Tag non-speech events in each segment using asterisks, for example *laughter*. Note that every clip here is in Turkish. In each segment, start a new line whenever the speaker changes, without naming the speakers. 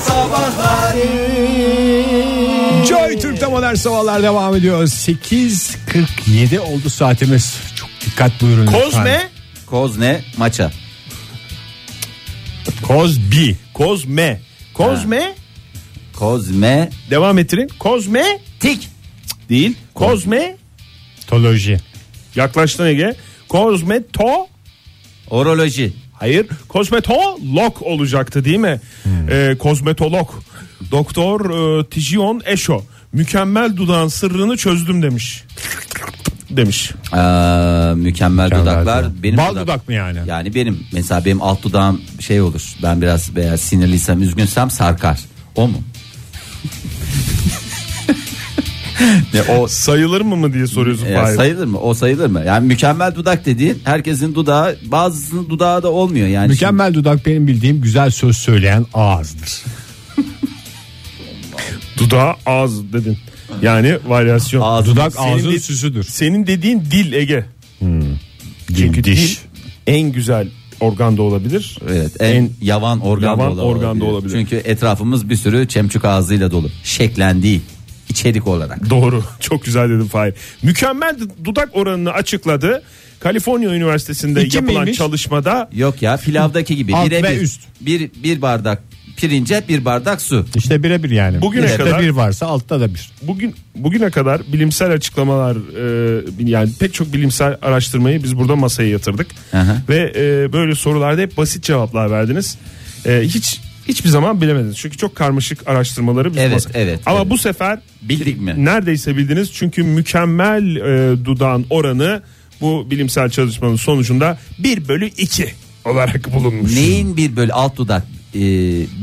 sabahları
Joy Türk'te modern sabahlar devam ediyor. 8.47 oldu saatimiz. Çok dikkat buyurun. lütfen.
Kozme.
Kozne maça
Kozbi.
Kozme. Kozme.
Kozmetik
Devam ettirin. Kozme.
değil
Kozme.
Toloji.
Yaklaştın Ege. Kozmeto.
Oroloji
Hayır. Kozmetolog olacaktı değil mi? Ee, kozmetolog. Doktor e, Tijion Eşo. Mükemmel dudağın sırrını çözdüm demiş. Demiş.
Ee, mükemmel dudaklar benim
Bal dudak mı yani?
Yani benim mesela benim alt dudağım şey olur. Ben biraz veya sinirliysem, üzgünsem sarkar. O
*laughs*
mu? ne o
Sayılır mı mı diye soruyorsun.
ya
Fahir.
Ee, sayılır mı? O sayılır mı? Yani mükemmel dudak dediğin herkesin dudağı bazısının dudağı da olmuyor yani.
Mükemmel dudak benim bildiğim güzel söz söyleyen ağızdır.
Dudağa ağız dedin. Yani varyasyon.
Ağız.
Dudak
Senin
ağzın
de-
süsüdür.
Senin dediğin dil Ege. Hmm. Çünkü dil en güzel organ da olabilir.
Şimdi- Evet, en, yavan organ
yavan
da olabilir.
organ da olabilir.
Çünkü etrafımız bir sürü çemçük ağzıyla dolu. Şeklen değil, içerik olarak.
Doğru. *laughs* Çok güzel dedim Fahir. Mükemmel d- dudak oranını açıkladı. Kaliforniya Üniversitesi'nde
İki
yapılan
miymiş?
çalışmada
Yok ya pilavdaki gibi
Alt
birebir
ve üst.
bir bir bardak pirince bir bardak su.
İşte birebir yani.
Bugüne
Üstte
kadar-
bir varsa altta da bir.
bugün bugüne kadar bilimsel açıklamalar e, yani pek çok bilimsel araştırmayı biz burada masaya yatırdık.
Aha.
Ve e, böyle sorularda hep basit cevaplar verdiniz. E, hiç hiçbir zaman bilemediniz. Çünkü çok karmaşık araştırmaları biz
Evet,
masa-
evet,
Ama
evet.
bu sefer
Bildik mi?
neredeyse bildiniz çünkü mükemmel e, dudağın oranı bu bilimsel çalışmanın sonucunda 1 bölü 2 olarak bulunmuş.
Neyin bir bölü alt dudak e,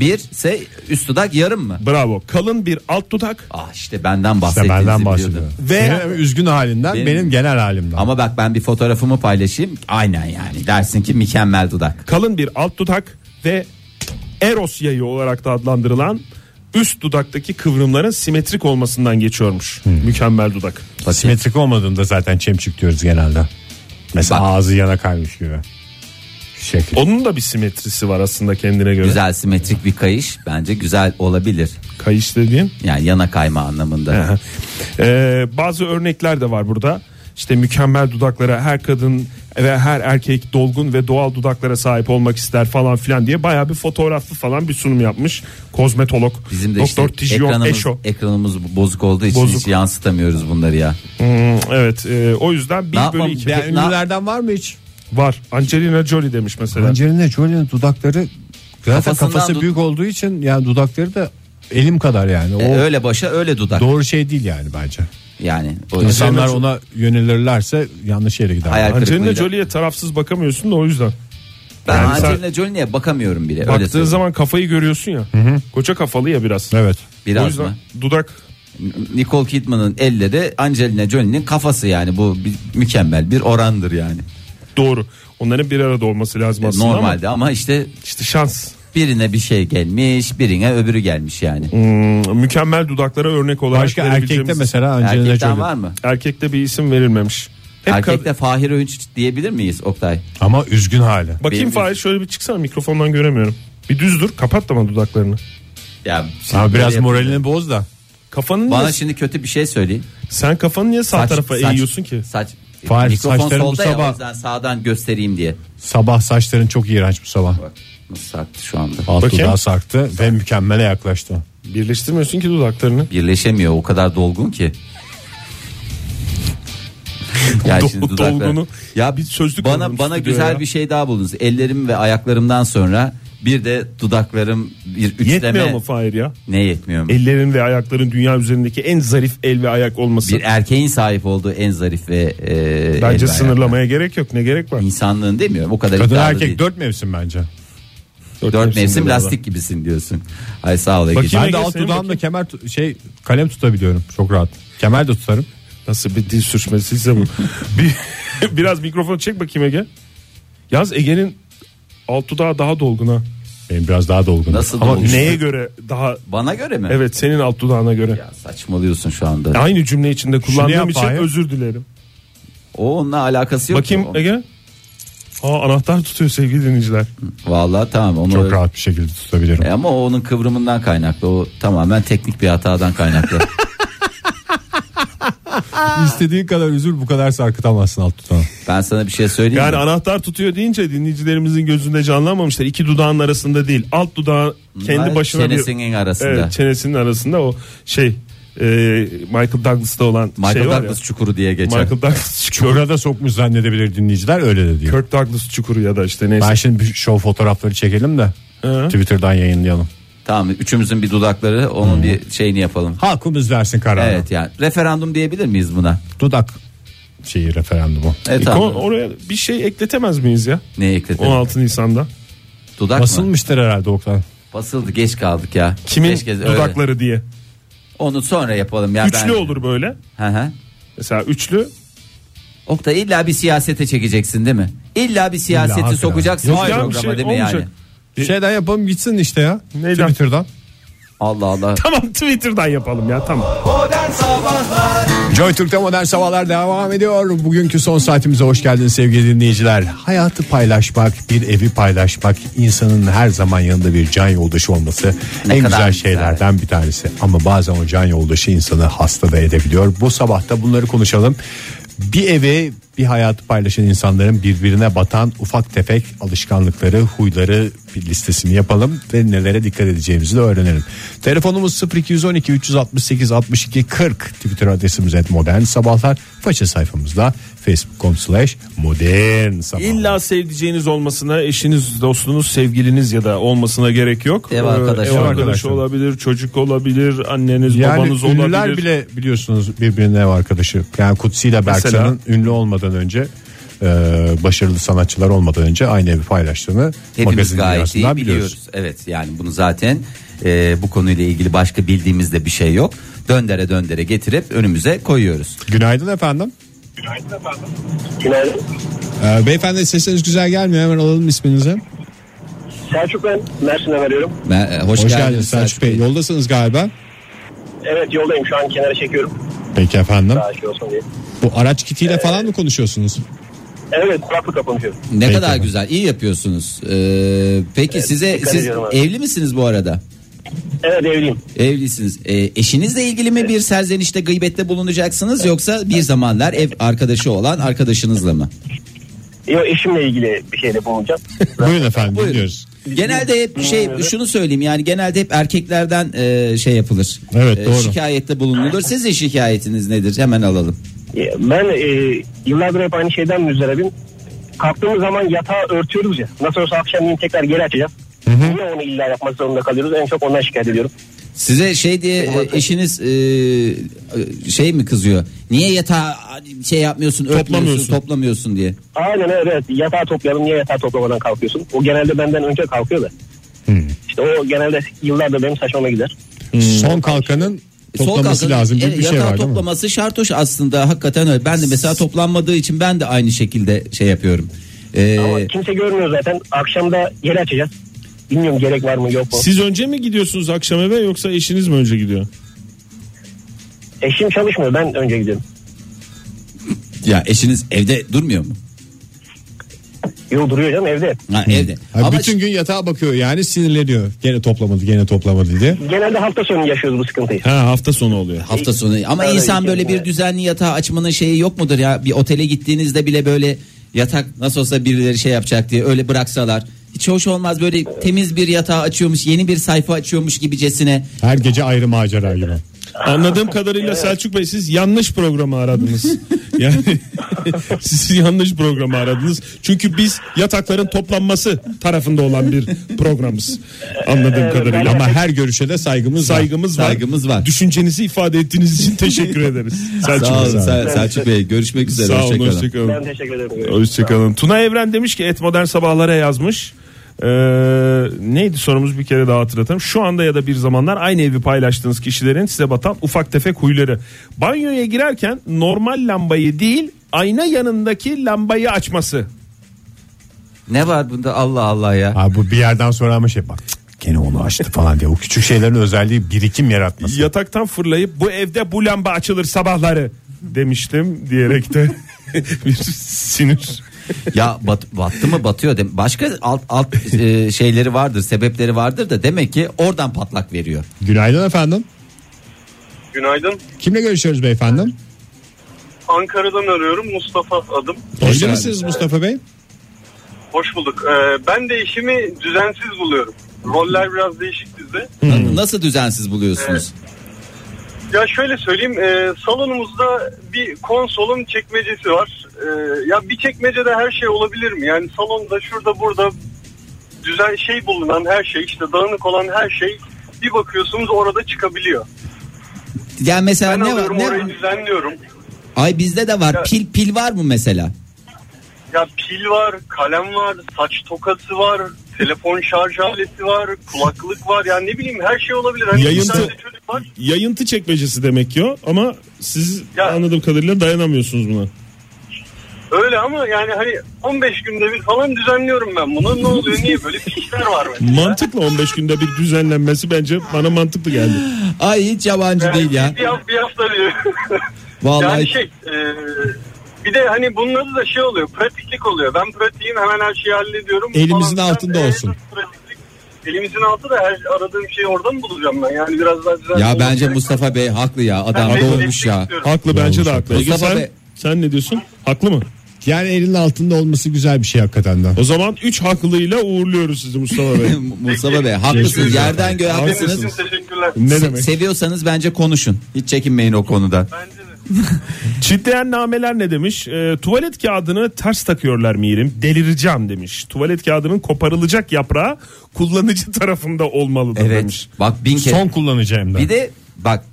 bir ise üst dudak yarım mı?
Bravo. Kalın bir alt dudak.
Ah işte benden
İşte
bahsettiğinizi
benden bahsediyor.
biliyordum.
Ve Senin üzgün halinden benim,
Benim-
genel halimden.
Ama bak ben bir fotoğrafımı paylaşayım. Aynen yani dersin ki mükemmel dudak.
Kalın bir alt dudak ve Eros yayı olarak da adlandırılan üst dudaktaki kıvrımların simetrik olmasından geçiyormuş. Mükemmel dudak.
Bakayım.
Hmm. Simetrik olmadığında zaten çemçük diyoruz genelde. Mesela
Bak.
ağzı yana kaymış gibi. Şekil.
Onun da bir simetrisi var aslında kendine göre.
Güzel simetrik bir kayış bence güzel olabilir.
Kayış dediğin.
Yani yana kayma anlamında.
Ee, bazı örnekler de var burada. İşte mükemmel dudaklara her kadın ve her erkek dolgun ve doğal dudaklara sahip olmak ister falan filan diye bayağı bir fotoğraflı falan bir sunum yapmış. Kozmetolog
Bizim de
Doktor
işte
Tijion
ekranımız,
Eşo.
ekranımız bozuk olduğu için
Bozuk.
hiç yansıtamıyoruz bunları ya.
Hmm, evet e, o yüzden 1
Ne yapmam-
bölü 2
ben-
Ünlülerden var mı hiç?
var. Angelina Jolie demiş mesela.
Angelina Jolie'nin dudakları zaten
Kafasından
kafası
dud-
büyük olduğu için yani dudakları da elim kadar yani. O
E, öyle başa öyle dudak.
doğru şey değil yani bence.
yani o
İnsanlar
Jolie-
ona yönelirlerse yanlış yere gider.
hayal
Angelina
kırıklığıyla.
Jolie'ye tarafsız bakamıyorsun da o yüzden.
Ben
Yani sen-
Angelina Jolie'ye bakamıyorum bile. öyle
Baktığın
söyleyeyim.
zaman kafayı görüyorsun ya. Koca kafalı ya biraz.
Evet.
O
Biraz
yüzden
mı?
dudak
Nicole Kidman'ın elleri Angelina Jolie'nin kafası yani bu bir- mükemmel bir orandır yani. E,
doğru. Onların bir arada olması lazım aslında ama
Normalde ama, işte
işte şans.
birine bir şey gelmiş, birine öbürü gelmiş yani.
Hmm, mükemmel dudaklara örnek olarak
Başka
verebileceğimiz-
erkekte mesela Angelina
Erkekten
Jolie.
var mı?
erkekte bir isim verilmemiş. Hep
Erkekte
kad-
Fahir Öğünç diyebilir miyiz Oktay?
Ama üzgün hali.
Bakayım
Benim-
Fahir şöyle bir çıksana mikrofondan göremiyorum. Bir düz dur kapat da bana dudaklarını.
Ya şimdi
Ama biraz
böyle-
moralini boz da.
Kafanın
Bana
niye-
şimdi kötü bir şey söyleyin.
sen kafanı niye sağ
Saç-
tarafa
saç-
eğiyorsun ki?
Saç.
Fahir,
Mikrofon
saçların bu
solda ya, o
sabah-
yüzden sağdan göstereyim diye.
Sabah saçların çok iğrenç bu sabah.
Bak nasıl sarktı şu anda.
Alt
Bakayım.
dudağı sarktı ve mükemmele yaklaştı.
Birleştirmiyorsun ki dudaklarını.
Birleşemiyor o kadar dolgun
*laughs*
ki.
Dol-
Yani şimdi dudaklar-
dolgunu
Ya
bir sözlük
bana
alalım
bana
stüdyoya
güzel
ya.
bir şey daha buldunuz. Ellerim ve ayaklarımdan sonra bir de dudaklarım bir üçleme.
Yetmiyor mu Fahir ya?
Ne yetmiyor mu?
Ellerin ve ayakların dünya üzerindeki en zarif el ve ayak olması.
Bir erkeğin sahip olduğu en zarif ve e, el ve
Bence
ayaklar.
sınırlamaya gerek yok. Ne gerek var?
İnsanlığın demiyorum o kadar
Kadın
iddialı
erkek
değil.
dört mevsim bence.
Dört mevsim lastik gibisin diyorsun. Ay sağ ol Ege.
Bakayım. Yine
ben de
gel
alt
senin
dudağımla
bakayım.
kemer tu- şey kalem tutabiliyorum çok rahat. Kemer de tutarım.
Nasıl bir dil
*laughs*
sürçmesiyse bu. bir, *laughs* biraz mikrofonu çek bakayım Ege. Yaz Ege'nin alt dudağı daha dolgun ha.
Benim biraz daha dolgun.
Nasıl
Ama
dolgun? *laughs*
neye göre daha...
Bana göre mi?
Evet senin alt dudağına göre.
Ya saçmalıyorsun şu anda.
Aynı cümle içinde kullandığım
yap
için
Fahir.
özür dilerim.
O onunla alakası yok.
Bakayım
ki. O-
Ege. Aa, anahtar tutuyor sevgili dinleyiciler.
Vallahi tamam onu
Çok
öyle-
rahat bir şekilde tutabilirim.
E ama o onun kıvrımından kaynaklı. O tamamen teknik bir hatadan kaynaklı.
*laughs*
İstediğin kadar üzül bu kadar sarkıtamazsın alt tutana.
ben sana bir şey söyleyeyim
Yani
mi?
anahtar tutuyor deyince dinleyicilerimizin gözünde canlanmamışlar. İki dudağın arasında değil. Alt dudağı kendi
Hayır,
başına bir...
çenesinin arasında.
Evet, çenesinin arasında o şey e, Michael Douglas'ta olan
Michael
şey var
Douglas
ya.
çukuru diye geçer.
Michael Douglas çukuru.
Çukura da sokmuş zannedebilir dinleyiciler öyle de diyor.
Kirk Douglas çukuru ya da işte neyse.
Ben şimdi bir show fotoğrafları çekelim de
Hı.
Twitter'dan yayınlayalım.
Tamam üçümüzün bir dudakları onun bir şeyini yapalım.
Halkımız versin kararı.
Evet yani referandum diyebilir miyiz buna?
Dudak şeyi referandumu.
Evet
E,
tamam.
kon- oraya bir şey ekletemez miyiz ya?
Neye ekletelim?
16 Nisan'da.
Dudak mı?
Basılmıştır herhalde Oktay.
Basıldı geç kaldık ya.
Kimin
Keşke öyle-
dudakları diye.
Onu sonra yapalım ya.
üçlü
ben...
olur böyle.
Hı hı.
Mesela üçlü
Oktay illa bir siyasete çekeceksin değil mi? İlla bir siyaseti
hakikaten.
sokacaksın
Yok
bu
ya, bir
programa
şey
değil mi yani?
olmayacak.
Bir şeyden Şey yapalım gitsin işte ya.
Neyden?
Twitter'dan.
Allah Allah.
Tamam Twitter'dan yapalım ya tamam.
Joy Türk'te modern sabahlar devam ediyor. Bugünkü son saatimize hoş geldiniz sevgili dinleyiciler. Hayatı paylaşmak, bir evi paylaşmak, insanın her zaman yanında bir can yoldaşı olması
Ne
en
kadar
güzel
güzel.
şeylerden bir tanesi. Ama bazen o can yoldaşı insanı hasta da edebiliyor. Bu sabah da bunları konuşalım. Bir eve bir hayatı paylaşan insanların birbirine batan ufak tefek alışkanlıkları, huyları bir listesini yapalım ve nelere dikkat edeceğimizi de öğrenelim. Telefonumuz 0212 368 62 40 Twitter adresimiz et modern sabahlar. Faça sayfamızda facebook.com slash modern sabahlar.
İlla sevdiceğiniz olmasına eşiniz, dostunuz, sevgiliniz ya da olmasına gerek yok.
Ev arkadaşı
Ee, ev
olabilir.
arkadaşı olabilir, çocuk olabilir, anneniz,
Yani
babanız
ünlüler
olabilir.
bile biliyorsunuz birbirine ev arkadaşı. Yani Kutsi ile Berksan'ın ünlü olmadan önce e, başarılı sanatçılar olmadan önce aynı evi paylaştığını
Hepimiz
magazin
gayet iyi
dünyasından
biliyoruz.
biliyoruz.
Evet yani bunu zaten e, bu konuyla ilgili başka bildiğimiz de bir şey yok. Döndere döndere getirip önümüze koyuyoruz.
Günaydın efendim.
Günaydın.
E, beyefendi sesiniz güzel gelmiyor hemen alalım isminizi.
Selçuk ben. Mersin'den arıyorum.
Ben, e, hoş,
Hoş,
geldiniz
geldiniz Selçuk Bey.
Bey.
Yoldasınız galiba.
Evet yoldayım şu an kenara çekiyorum.
Peki efendim.
Daha şey olsun diye.
Bu araç
Ee,
kitiyle falan mı konuşuyorsunuz?
Evet kulaklık kapanıyor.
Ne
Peki
kadar
efendim.
güzel iyi yapıyorsunuz. Ee, peki size
dikkat
siz
ediyorum abi.
evli misiniz bu arada?
Evet evliyim.
Evlisiniz. Ee, eşinizle ilgili mi bir serzenişte gıybette bulunacaksınız yoksa bir zamanlar ev arkadaşı olan arkadaşınızla
*laughs*
mı?
Yo, eşimle ilgili bir şeyle bulunacağım.
Buyurun efendim
Buyurun.
dinliyoruz.
Genelde hep şey şunu söyleyeyim yani genelde hep erkeklerden e, şey yapılır.
Evet,
E,
doğru.
Şikayette bulunulur. Sizin şikayetiniz nedir? Hemen alalım.
Ya, ben e, yıllardır hep aynı şeyden müzdaribim. Kalktığımız zaman yatağı örtüyoruz ya. Nasıl olsa akşamleyin tekrar geri açacağız. Niye onu illa yapmak zorunda kalıyoruz? E, En çok ondan şikayet ediyorum.
Size şey diye e, eşiniz e, e, şey mi kızıyor? Niye yatağı şey yapmıyorsun, örtmüyorsun,
Toplamıyorsun.
toplamıyorsun diye.
Aynen öyle. Evet. Yatağı toplayalım. Niye yatağı toplamadan kalkıyorsun? O genelde benden önce kalkıyor da.
Hmm.
İşte o genelde yıllardır benim saçmama gider.
Son kalkanın toplaması
Hmm. E, kalkanın,
lazım gibi
evet,
bir şey
yatağı
var değil mi?
toplaması şartoş aslında hakikaten öyle. Ben de mesela toplanmadığı için ben de aynı şekilde şey yapıyorum. E,
Ama kimse görmüyor zaten. Akşamda geri açacağız. Bilmiyorum gerek var mı yok mu.
Siz önce mi gidiyorsunuz akşam eve yoksa eşiniz mi önce gidiyor?
Eşim çalışmıyor. Ben önce gidiyorum.
ya eşiniz evde durmuyor mu?
Yo duruyor canım evde.
Ha,
Hmm.
evde.
Ha,
Ama
bütün gün yatağa bakıyor yani sinirleniyor. Gene toplamadı gene toplamadı diye.
Genelde hafta sonu yaşıyoruz bu sıkıntıyı.
Ha hafta sonu oluyor.
Hafta sonu. Ama
Öyle şey
insan böyle
gideceğim
bir
yani.
düzenli yatağı açmanın şeyi yok mudur ya? Bir otele gittiğinizde bile böyle yatak nasıl olsa birileri şey yapacak diye öyle bıraksalar. Hiç hoş olmaz böyle temiz bir yatağı açıyormuş, yeni bir sayfa açıyormuş gibicesine.
Her gece ayrı macera gibi.
*laughs*
Anladığım kadarıyla Selçuk Bey siz yanlış programı *laughs* aradınız. yani siz yanlış programı aradınız. Çünkü biz yatakların toplanması tarafında olan bir programız. Anladığım kadarıyla.
Ama her görüşe de saygımız saygı.
saygımız var.
Saygımız var.
Düşüncenizi ifade ettiğiniz için *laughs* teşekkür ederiz. Selçuk
Sağ
Bey.
olun Sel- Selçuk Bey. Görüşmek üzere.
Sağ olun,
hoşçakalın.
hoşçakalın.
Ben teşekkür ederim.
Hoşçakalın. Ee, Tuna Evren demiş ki et modern sabahlara yazmış. Ee, neydi sorumuz bir kere daha hatırlatalım. Şu anda ya da bir zamanlar aynı evi paylaştığınız kişilerin size batan ufak tefek huyları. Banyoya girerken normal lambayı değil ayna yanındaki lambayı açması.
Ne var bunda Allah Allah ya.
Abi bu bir yerden sonra ama şey bak cık, gene onu açtı falan diye. O küçük şeylerin özelliği birikim yaratması.
Yataktan fırlayıp bu evde bu lamba açılır sabahları demiştim diyerek de bir sinir
ya bat- battı mı batıyor dem. Başka alt alt e, şeyleri vardır, sebepleri vardır da demek ki oradan patlak veriyor.
Günaydın efendim.
Günaydın.
Kimle görüşüyoruz beyefendim?
Ankara'dan arıyorum. Mustafa adım.
Hoş geldiniz Mustafa Bey.
Hoş bulduk. Ee, ben de işimi düzensiz buluyorum. Roller biraz değişik bizde.
Na- Nasıl düzensiz buluyorsunuz?
Ya şöyle söyleyeyim. e, salonumuzda bir konsolun çekmecesi var. E, ya bir çekmecede her şey olabilir mi? Yani salonda şurada burada düzen şey bulunan her şey işte dağınık olan her şey bir bakıyorsunuz orada çıkabiliyor.
Yani mesela
Ben
ne var?
alıyorum
Ne
orayı
var?
düzenliyorum.
Ay bizde de var.
Ya-
Pil pil var mı mesela?
Ya pil var, kalem var, saç tokası var, telefon şarj aleti var, kulaklık var. Yani ne bileyim her şey olabilir. Hani
Yayıntı-
bir tane de çocuk var.
Yayıntı çekmecesi demek ki o ama siz
Ya-
anladığım kadarıyla dayanamıyorsunuz buna.
Öyle ama yani hani 15 günde bir falan düzenliyorum ben bunu. Ne oluyor niye böyle bir işler var mesela.
Mantıklı 15 günde bir düzenlenmesi bence bana mantıklı geldi.
Ay hiç yabancı
Yani
değil ya.
Bir, hafta- bir hafta diyor.
Vallahi
yani şey e, bir de hani bunun adı da şey oluyor pratiklik oluyor. Ben pratiğim hemen her şeyi hallediyorum.
Elimizin
filan.
altında
E,
olsun.
pratiklik. Elimizin altı da her aradığım şeyi orada mı bulacağım ben? Yani biraz daha düzenli
ya
olmak
bence
gerek.
Mustafa Bey haklı ya. Adam
Ben
doğmuş
destek
ya.
istiyorum.
Haklı bence de haklı. Ege
Mustafa
sen,
Bey-
sen ne diyorsun? Haklı mı?
Yani elin altında olması güzel bir şey hakikaten de.
O zaman 3 haklıyla uğurluyoruz sizi Mustafa Bey.
*laughs* Mustafa Bey haklısınız.
Teşekkür ederim.
Yerden göğe
Haklısınız.
haklısınız.
Hepinizin teşekkürler.
ne
Se-
demek?
seviyorsanız bence konuşun. Hiç çekinmeyin o konuda.
Bence de.
*laughs*
Çitleyen nameler ne demiş? E, tuvalet kağıdını ters takıyorlar Mirim. Delireceğim demiş. Tuvalet kağıdının koparılacak yaprağı kullanıcı *laughs* tarafında olmalıdır
Evet.
demiş.
Bak bin kere.
Son kullanacağım da.
Bir de bak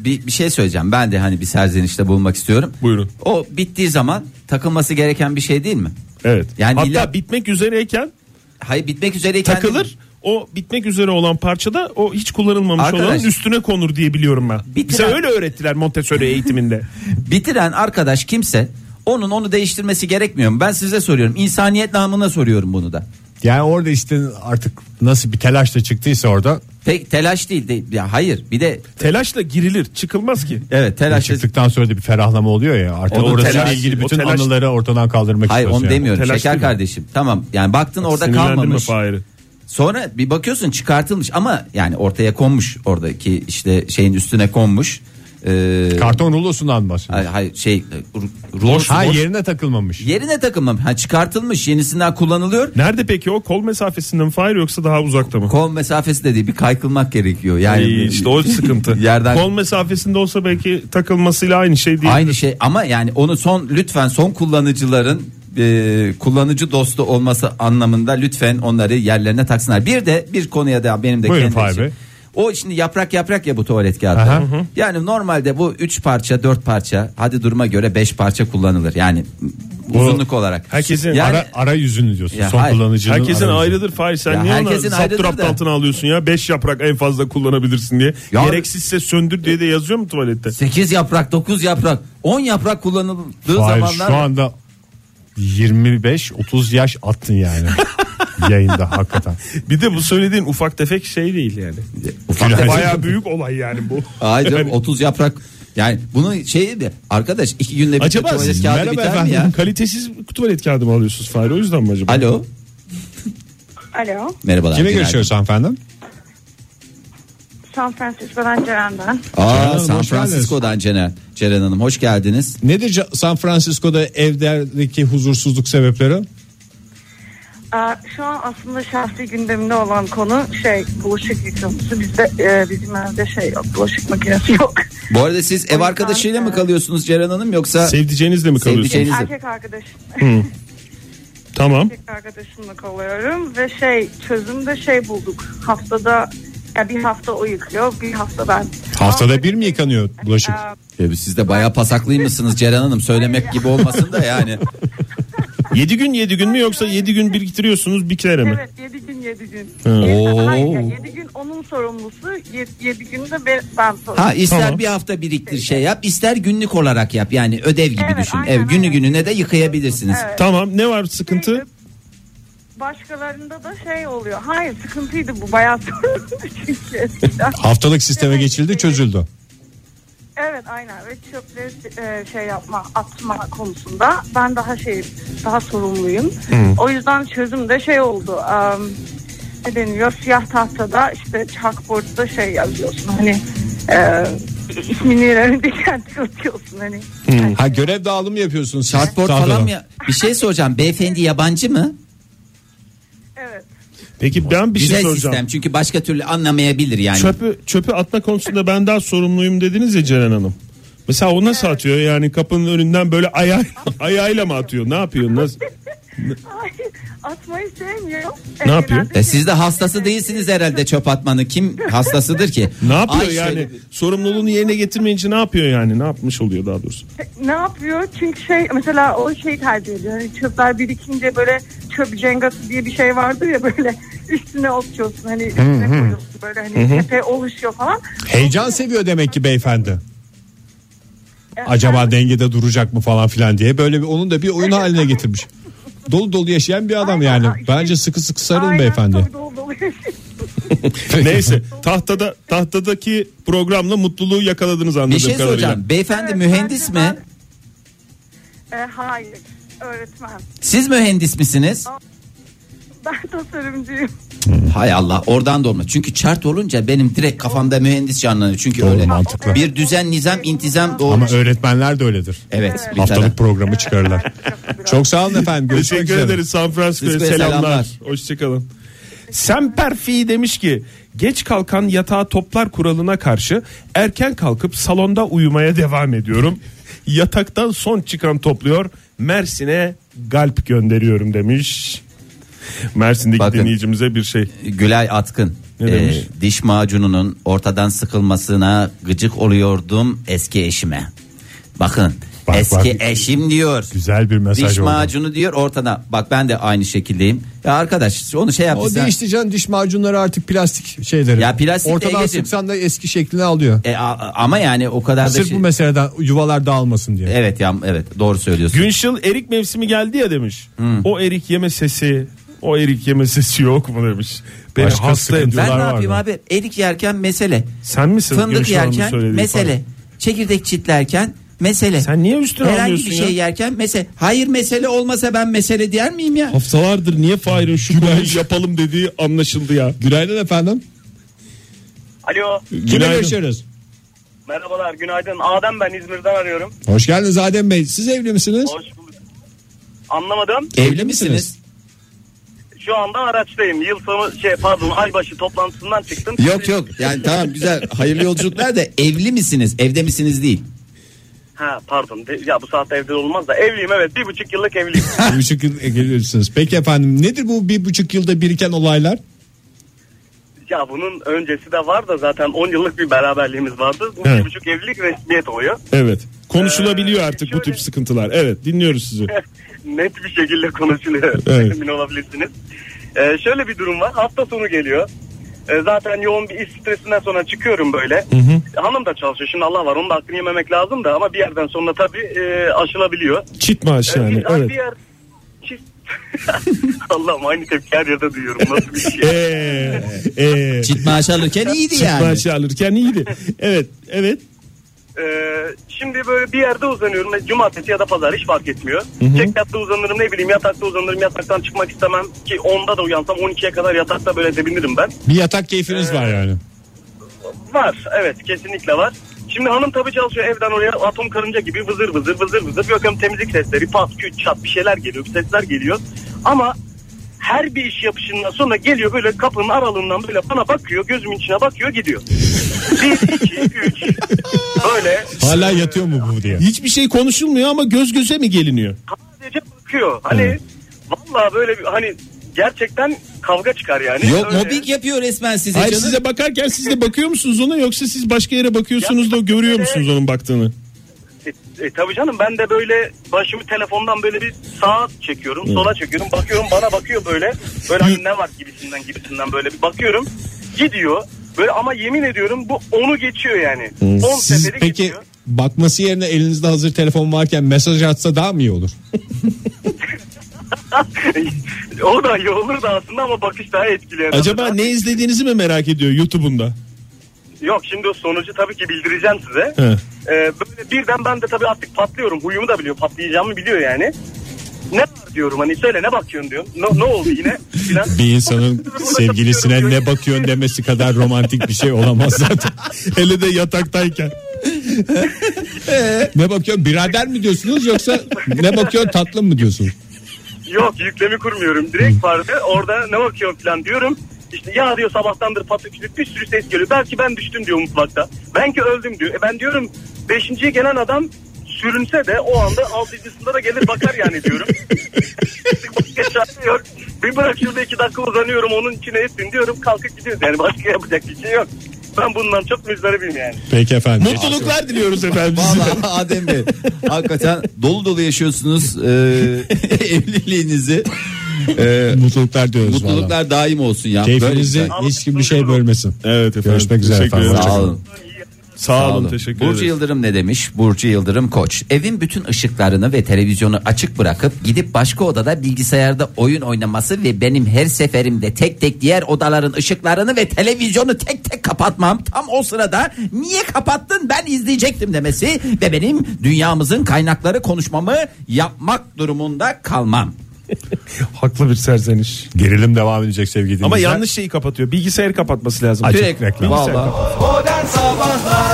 bir, bir şey söyleyeceğim. Ben de hani bir serzenişte bulmak istiyorum.
Buyurun.
O bittiği zaman takılması gereken bir şey değil mi?
Evet.
Yani
Hatta
illa-
bitmek üzereyken
Hayır bitmek üzereyken
takılır. O bitmek üzere olan parçada o hiç kullanılmamış
Arkadaş-
olanın üstüne konur diye biliyorum ben.
Bitiren-
Bize öyle öğrettiler Montessori eğitiminde.
*laughs* bitiren arkadaş kimse onun onu değiştirmesi gerekmiyor mu? Ben size soruyorum. İnsaniyet namına soruyorum bunu da.
Yani orada işte artık nasıl bir telaşla çıktıysa orada
Tek telaş değil, değil. Ya hayır. Bir de
Telaşla girilir çıkılmaz ki.
evet telaş.
çıktıktan sonra da bir ferahlama oluyor ya. Artık
Onun
orasıyla
telaş-
ilgili
o
bütün
telaş-
anıları ortadan kaldırmak
Hayır
istiyorsun
onu
yani.
demiyorum.
telaş
Şeker
değil mi?
kardeşim. Tamam. Yani baktın orada
Sinirlendirme
kalmamış.
Fahir'i.
Sonra bir bakıyorsun çıkartılmış ama yani ortaya konmuş oradaki işte şeyin üstüne konmuş. Ee,
Karton rulosundan bahsediyorum.
Hayır, hayır, şey e, ru- rulo-
Ha
boş-
yerine takılmamış.
yerine takılmam. Ha çıkartılmış, yenisinden kullanılıyor.
Nerede peki o kol mesafesinden mi Fahir yoksa daha uzakta mı?
Kol mesafesi de değil, bir kaykılmak gerekiyor. Yani
Ay,
*laughs*
işte o sıkıntı.
Yerden
Kol mesafesinde olsa belki takılmasıyla aynı şey değil.
aynı şey ama yani onu son lütfen son kullanıcıların e, kullanıcı dostu olması anlamında lütfen onları yerlerine taksınlar. Bir de bir konuya da benim de
Buyurun
kendi
Fahir
için-
Bey.
O şimdi yaprak yaprak ya bu tuvalet kağıdı.
Aha.
Yani normalde bu 3 parça 4 parça hadi duruma göre 5 parça kullanılır. Yani uzunluk olarak.
herkesin
yani,
Ara, ara yüzünü diyorsun.
Ya
son
hayır.
kullanıcının
Herkesin
ara yüzünü.
ayrıdır Fahir sen
Ya
niye ona
herkesin ayrıdır
zapturapt
da.
altına alıyorsun ya 5 yaprak en fazla kullanabilirsin diye.
Ya-
Gereksizse söndür diye de yazıyor mu tuvalette?
8 yaprak 9 yaprak 10 yaprak kullanıldığı
Hayır,
zamanlar
şu anda 25-30 yaş
*laughs*
attın yani. yayında hakikaten.
Bir de bu söylediğin ufak tefek şey değil yani.
Ufak
Günaydın.
tefek-
Baya büyük olay yani bu.
Ay canım, 30 yaprak yani bunun şeyi de arkadaş iki günde bir
Acaba
tuvalet
siz
kağıdı
merhaba
biter mi
efendim
ya?
kalitesiz tuvalet kağıdı mı alıyorsunuz Fahir o yüzden mi acaba?
Alo
Alo.
merhabalar.
Kime
günaydın.
görüşüyoruz hanımefendi?
San Francisco'dan Ceren ben.
Ceren
Aa,
Hanım,
San
hoş
Francisco'dan Ceren, Ceren Hanım hoş geldiniz.
Nedir Ca- San Francisco'da evlerdeki huzursuzluk sebepleri?
Aa, şu an aslında şahsi gündeminde olan konu şey bulaşık yıkaması. Bizde e, bizim evde şey yok. Bulaşık makinesi yok.
Bu arada siz ev arkadaşıyla mı kalıyorsunuz Ceren Hanım yoksa
Sevdicenizle mi kalıyorsunuz?
Sevdiceğiniz- Neyse.
Erkek arkadaşım.
Tamam.
Erkek arkadaşımla kalıyorum ve şey çözüm de şey bulduk. Haftada ya bir hafta o yıkıyor, bir hafta ben.
Haftada bir mi yıkanıyor bulaşık?
Aa,
E, siz de bayağı pasaklıymışsınız Ceren Hanım söylemek gibi olmasın da yani.
7 gün 7 gün mü yoksa 7 gün biriktiriyorsunuz bir kere mi?
Evet 7 gün 7 gün.
Oo.
Hayır 7 gün onun sorumlusu 7 gün de ben, ben sorumlusu.
Ha ister
Tamam.
bir hafta biriktir şey yap ister günlük olarak yap yani ödev gibi
Evet,
düşün.
aynen,
ev günü
aynen.
gününe de yıkayabilirsiniz.
Evet.
Tamam ne var sıkıntı?
Başkalarında da şey oluyor. Hayır sıkıntıydı bu bayağı sorunlu *laughs* çünkü eskiden.
Haftalık sisteme geçildi çözüldü.
Evet aynen ve çöpleri e, şey yapma atma konusunda ben daha şey daha sorumluyum.
Hmm.
O yüzden çözüm de şey oldu. em, ne deniyor siyah tahtada işte chalkboard'da şey yazıyorsun hani e, ismini *laughs* önünde kendin atıyorsun hani.
Ha görev dağılımı yapıyorsunuz.
Chalkboard
Tahtada.
falan mı? ya- Bir şey soracağım. Beyefendi yabancı mı?
Evet.
Peki ben bir
Güzel
şey soracağım.
sistem. Çünkü başka türlü anlamayabilir yani.
Çöpü, çöpü atma konusunda ben daha sorumluyum dediniz ya Ceren Hanım. Mesela o nasıl atıyor yani kapının önünden böyle ayağı, *laughs* ayağıyla mı atıyor ne yapıyor nasıl?
Ay, atmayı sevmiyor.
Ne yapıyor?
E siz de hastası değilsiniz herhalde çöp atmanın. Kim hastasıdır ki?
*laughs* Ne yapıyor
Ay
yani?
şöyle-
Sorumluluğunu yerine getirmeyince ne yapıyor yani? Ne yapmış oluyor daha doğrusu?
Ne yapıyor? Çünkü şey mesela o şey tercih ediyor. Hani çöpler birikince böyle çöp cengası diye bir şey vardır ya böyle *laughs* üstüne atıyorsun hani üstüne koyuyorsun böyle hani tepe oluşuyor falan.
Heyecan seviyor demek ki beyefendi.
E,
Acaba dengede duracak mı falan filan diye böyle bir onun da bir oyun haline getirmiş. Dolu dolu yaşayan bir adam yani.
Aynen, işte-
Bence sıkı sıkı
ben-
sarılın
aynen
beyefendi.
tabii dolu dolu yaşıyor.
Neyse tahtada tahtadaki programla mutluluğu yakaladınız anladığım
Bir şey
kadarıyla.
soracağım. Beyefendi
Evet,
mühendis
bence
mi?
E, hayır öğretmen. *laughs*
Siz mühendis misiniz?
Ben tasarımcıyım.
Hmm.
Hay Allah oradan da olmaz. Çünkü çart olunca benim direkt kafamda mühendis canlanıyor. Çünkü
Doğru,
öyle
mantıklı.
bir düzen nizam intizam doğru.
Ama öğretmenler de öyledir.
evet, bir taraf.
Haftalık programı
*laughs*
çıkarırlar. Çok sağ olun efendim. Görüşmek
Teşekkür
üzere.
ederiz San Francisco'ya
Francisco'ya
selamlar.
selamlar.
Hoşçakalın. Semperfi demiş ki geç kalkan yatağa toplar kuralına karşı erken kalkıp salonda uyumaya devam ediyorum. Yataktan son çıkan topluyor Mersin'e galp gönderiyorum demiş. Mersin'deki
Bakın.
dinleyicimize bir şey.
Gülay Atkın.
Ne
Ee,
demiş?
diş macununun ortadan sıkılmasına gıcık oluyordum eski eşime. Bakın
Bak,
eski
bak.
eşim diyor.
Güzel bir mesaj
Diş
oldu.
macunu diyor ortadan. Bak ben de aynı şekildeyim. Ya arkadaş onu şey
O
yaptıysan.
değişti canım diş macunları artık plastik şeyleri.
Ya plastik
Ortadan
Ege'cim.
sıksan da eski şeklini alıyor.
E, a- ama yani o kadar da
Sırf
şey.
bu meseleden yuvalar dağılmasın diye.
Evet ya evet doğru söylüyorsun.
Günşil erik mevsimi geldi ya demiş.
Hmm.
O erik yeme sesi o erik yeme sesi yok mu demiş. Beni
Başka
hasta
sıkıntılar
ediyorlar
ben ne
var
yapayım
mı?
abi? Erik yerken mesele.
Sen misin
Fındık
Gümüşhan'ın
yerken
söylediği
mesele.
falan?
Çekirdek çitlerken mesele.
Sen niye üstüne
Herhangi
alıyorsun
bir şey
ya?
yerken mesele. Hayır mesele olmasa ben mesele diyer miyim ya?
Haftalardır niye Fahir'in şu konuyu yapalım dediği anlaşıldı ya.
Günaydın efendim.
Alo.
Kimle
Günaydın.
görüşüyoruz?
Merhabalar günaydın. Adem ben İzmir'den arıyorum.
Hoş geldiniz Adem Bey. Siz evli misiniz?
Hoş bulduk. Anlamadım.
Evli misiniz?
Şu anda araçtayım. Yıl sonu şey pardon aybaşı toplantısından çıktım.
Yok yok yani tamam güzel hayırlı yolculuklar da evli misiniz evde misiniz değil.
Ha pardon De- ya bu saatte evde olmaz da evliyim evet bir buçuk yıllık evliyim.
Bir buçuk yıl e, geliyorsunuz. Peki efendim nedir bu bir buçuk yılda biriken olaylar?
ya bunun öncesi de var da zaten 10 yıllık bir beraberliğimiz vardı. Bu
Evet.
bir buçuk evlilik resmiyet oluyor.
Evet. Konuşulabiliyor
Ee,
artık bu
şöyle-
tip sıkıntılar. Evet dinliyoruz sizi.
*laughs* Net bir şekilde konuşuluyor.
Evet.
Emin olabilirsiniz. Ee, şöyle bir durum var. Hafta sonu geliyor. Ee, zaten yoğun bir iş stresinden sonra çıkıyorum böyle. Hanım da çalışıyor. Şimdi Allah var onun da hakkını yememek lazım da ama bir yerden sonra tabii e, aşılabiliyor. Ee,
Çit maaş yani.
Biz ay
Evet.
*laughs* bir yer- Çiz- *laughs* Allah'ım aynı tepki her yerde duyuyorum. Nasıl bir şey?
Ee, Eee, eee.
Çit maaşı alırken iyiydi
ee. Çit
yani.
maaşı alırken iyiydi. Evet, evet.
Ee, şimdi böyle bir yerde uzanıyorum. Cumartesi ya da pazar hiç fark etmiyor. Çekyatta uzanırım ne bileyim yatakta uzanırım. Yataktan çıkmak istemem ki 10'da da uyansam 12'ye kadar yatakta böyle debinirim ben.
Bir yatak keyfiniz var yani.
Var evet kesinlikle var. Şimdi hanım tabii çalışıyor evden oraya atom karınca gibi vızır vızır vızır vızır. Yok hem temizlik sesleri pat küt çat bir şeyler geliyor bir sesler geliyor. Ama her bir iş yapışından sonra geliyor böyle kapının aralığından böyle bana bakıyor gözümün içine bakıyor gidiyor. Bir iki üç böyle
Hala yatıyor mu bu diye.
Hiçbir şey konuşulmuyor ama göz göze mi geliniyor?
sadece bakıyor. Hani vallahi böyle bir hani gerçekten kavga çıkar yani.
Yok
Öyle-
mobbing yapıyor resmen size
Hayır
canım.
size bakarken siz de bakıyor musunuz ona yoksa siz başka yere bakıyorsunuz da görüyor musunuz onun baktığını?
E, e, tabii canım ben de böyle başımı telefondan böyle bir sağa çekiyorum, sola çekiyorum. Bakıyorum bana bakıyor böyle. Böyle hani ne var gibisinden gibisinden böyle bir bakıyorum. Gidiyor. Böyle ama yemin ediyorum bu onu geçiyor yani. 10
Siz
seferi
peki
geçiyor.
bakması yerine elinizde hazır telefon varken mesaj atsa daha mı iyi olur?
o da iyi olur da aslında ama bakış daha etkileyen.
Acaba ne izlediğinizi mi merak ediyor YouTube'unda?
Yok şimdi o sonucu tabii ki bildireceğim size.
He.
Ee, böyle birden ben de tabii artık patlıyorum. Huyumu da biliyor, patlayacağımı biliyor yani. Ne var diyorum hani söyle ne bakıyorsun diyorum. Ne, ne oldu yine? Filan.
Bir insanın sevgilisine ne bakıyorsun demesi kadar romantik bir şey olamaz
*laughs*
zaten. Hele de yataktayken.
Ee?
ne bakıyorsun birader mi diyorsunuz yoksa ne bakıyorsun tatlım mı diyorsun?
Yok yüklemi kurmuyorum. Direkt vardı. Orada ne bakıyorsun falan diyorum. İşte ya diyor sabahtandır patakütük bir sürü ses geliyor. Belki ben düştüm diyor mutfakta. Belki öldüm diyor. E ben diyorum beşinciye gelen adam sürünse de o anda altıncısında da gelir bakar yani diyorum. Başka çare yok. Bir bırak şurada iki dakika uzanıyorum onun içine etsin diyorum. Kalkıp gidiyoruz yani başka yapacak bir şey yok. Ben bundan çok müzdaribim yani.
Peki efendim.
Mutluluklar diliyoruz efendim. size.
Vallahi Adem Bey hakikaten dolu dolu yaşıyorsunuz
*laughs*
eee, evliliğinizi. Eee,
Mutluluklar diyoruz. Mutluluklar.
mutluluklar daim olsun ya.
Keyfinizi hiç kim bir şey bölmesin.
Evet efendim.
Görüşmek üzere
Teşekkür
efendim.
ederim.
Böyle- Sağ olun.
Sağ
Sağ
olun
olun.
teşekkür
Burcu
ederiz.
Yıldırım ne demiş? Burcu Yıldırım Koç. Evin bütün ışıklarını ve televizyonu açık bırakıp gidip başka odada bilgisayarda oyun oynaması ve benim her seferimde tek tek diğer odaların ışıklarını ve televizyonu tek tek kapatmam. Tam o sırada niye kapattın ben izleyecektim demesi ve benim dünyamızın kaynakları konuşmamı yapmak durumunda kalmam.
Haklı bir serzeniş.
Gerilim devam edecek sevgili dinleyiciler.
Ama yanlış şeyi kapatıyor. Bilgisayarı kapatması lazım.
Direkt reklam.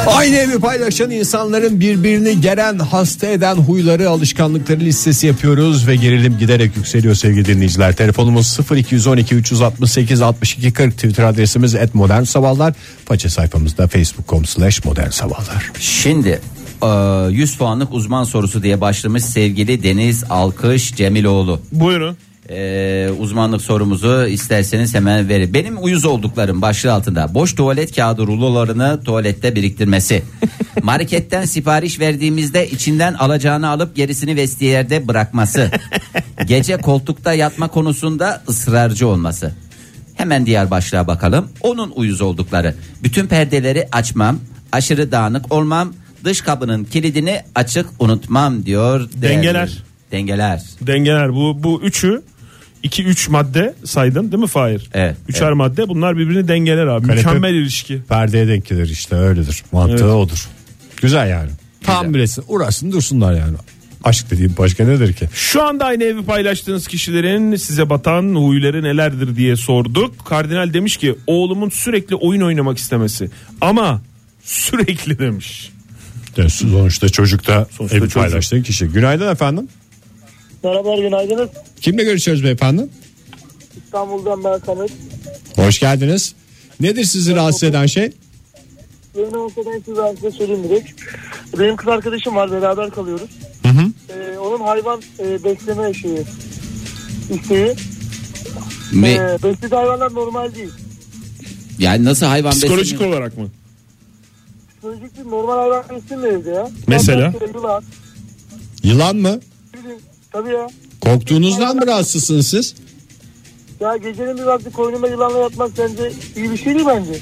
Aynı evi paylaşan insanların birbirini geren, hasta eden huyları, alışkanlıkları listesi yapıyoruz ve gerilim giderek yükseliyor sevgili dinleyiciler. Telefonumuz 0212 368 62 40 Twitter adresimiz et modern sabahlar. Faça sayfamızda facebook.com slash modern sabahlar.
Şimdi e, 100 puanlık uzman sorusu diye başlamış sevgili Deniz Alkış Cemiloğlu.
Buyurun.
Ee, uzmanlık sorumuzu isterseniz hemen verin. Benim uyuz olduklarım başlığı altında boş tuvalet kağıdı rulolarını tuvalette biriktirmesi. Marketten sipariş verdiğimizde içinden alacağını alıp gerisini vestiyerde bırakması. Gece koltukta yatma konusunda ısrarcı olması. Hemen diğer başlığa bakalım. Onun uyuz oldukları. Bütün perdeleri açmam, aşırı dağınık olmam, dış kabının kilidini açık unutmam diyor. değerli-
Dengeler.
Dengeler.
Dengeler bu bu üçü 2 3 madde saydın değil mi Fahir?
Evet,
Üçer madde bunlar birbirini dengeler abi.
Kanepe-
Mükemmel ilişki.
Perdeye denk gelir işte öyledir. Mantığı
Evet.
odur. Güzel yani. Tam bilesin uğraşsın dursunlar yani. Aşk dediğim başka nedir ki?
Şu anda aynı evi paylaştığınız kişilerin size batan huyları nelerdir diye sorduk. Kardinal demiş ki oğlumun sürekli oyun oynamak istemesi. Ama sürekli demiş.
Yani sonuçta çocukta evi
çocuk.
paylaştığın kişi. Günaydın efendim.
Merhabalar günaydınız.
Kimle görüşüyoruz beyefendi?
İstanbul'dan ben Samet.
Hoş geldiniz. Nedir sizi rahatsız eden şey?
Yeni ortadan size ben size söyleyeyim direkt. Benim kız arkadaşım var beraber kalıyoruz. Ee, onun hayvan e, besleme şeyi isteği.
Me-
Ee, beslediği hayvanlar normal değil.
yani nasıl hayvan
Psikolojik
besleniyor?
olarak mı?
Psikolojik bir normal hayvan beslemiyor evde ya.
Mesela?
Ondan sonra Yılan.
Yılan mı?
Bizim- Tabii ya.
Korktuğunuzdan mı rahatsızsınız siz?
Ya gecenin bir vakti koynuma yılanla yatmak sence iyi bir şey değil bence.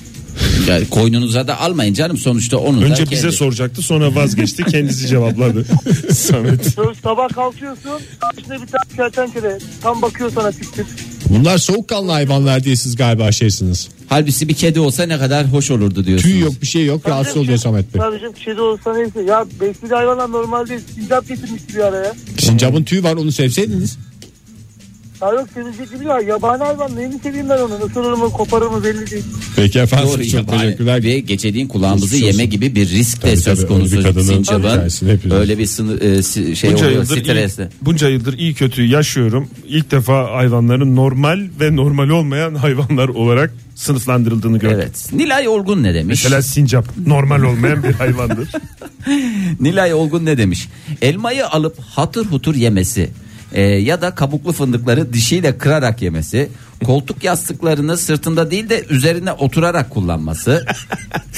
Yani koynunuza da almayın canım sonuçta onun da
Önce
kendi-
bize soracaktı sonra vazgeçti kendisi
*laughs*
cevapladı. Samet.
Böyle sabah kalkıyorsun. Üstüne bir tane kertenkele. Tam bakıyor sana tip tip.
Bunlar soğukkanlı hayvanlar diye siz galiba şeysiniz.
Halbuki bir kedi olsa ne kadar hoş olurdu diyorsunuz.
Tüy yok bir şey yok rahatsız oluyor Samet Bey.
Tabii canım kedi şey olsa neyse. Ya besledi hayvanlar normal değil. Sincap getirmişti bir araya.
Sincap'ın tüyü var onu sevseydiniz.
Ya yok temizlik biliyor. Yabani hayvan neyini seveyim ben onu. Isırır mı koparır mı belli değil.
Peki efendim
Doğru
çok
yani.
teşekkürler.
Ve geceliğin kulağımızı
Geçmiş
yeme
olsun.
gibi bir risk de
Tabii,
söz
tabii, öyle bir
konusu.
kadının hikayesini
Sincap'ın
hepimiz-
öyle bir sını- e, si- şey
Bunca
oluyor
yıldır,
stresli.
iyi, bunca yıldır iyi kötü yaşıyorum. İlk defa hayvanların normal ve normal olmayan hayvanlar olarak sınıflandırıldığını gördüm.
Evet. Nilay Olgun ne demiş?
Mesela sincap normal olmayan bir hayvandır.
*laughs* Nilay Olgun ne demiş? Elmayı alıp hatır hutur yemesi e, ya da kabuklu fındıkları dişiyle kırarak yemesi, koltuk yastıklarını sırtında değil de üzerine oturarak kullanması,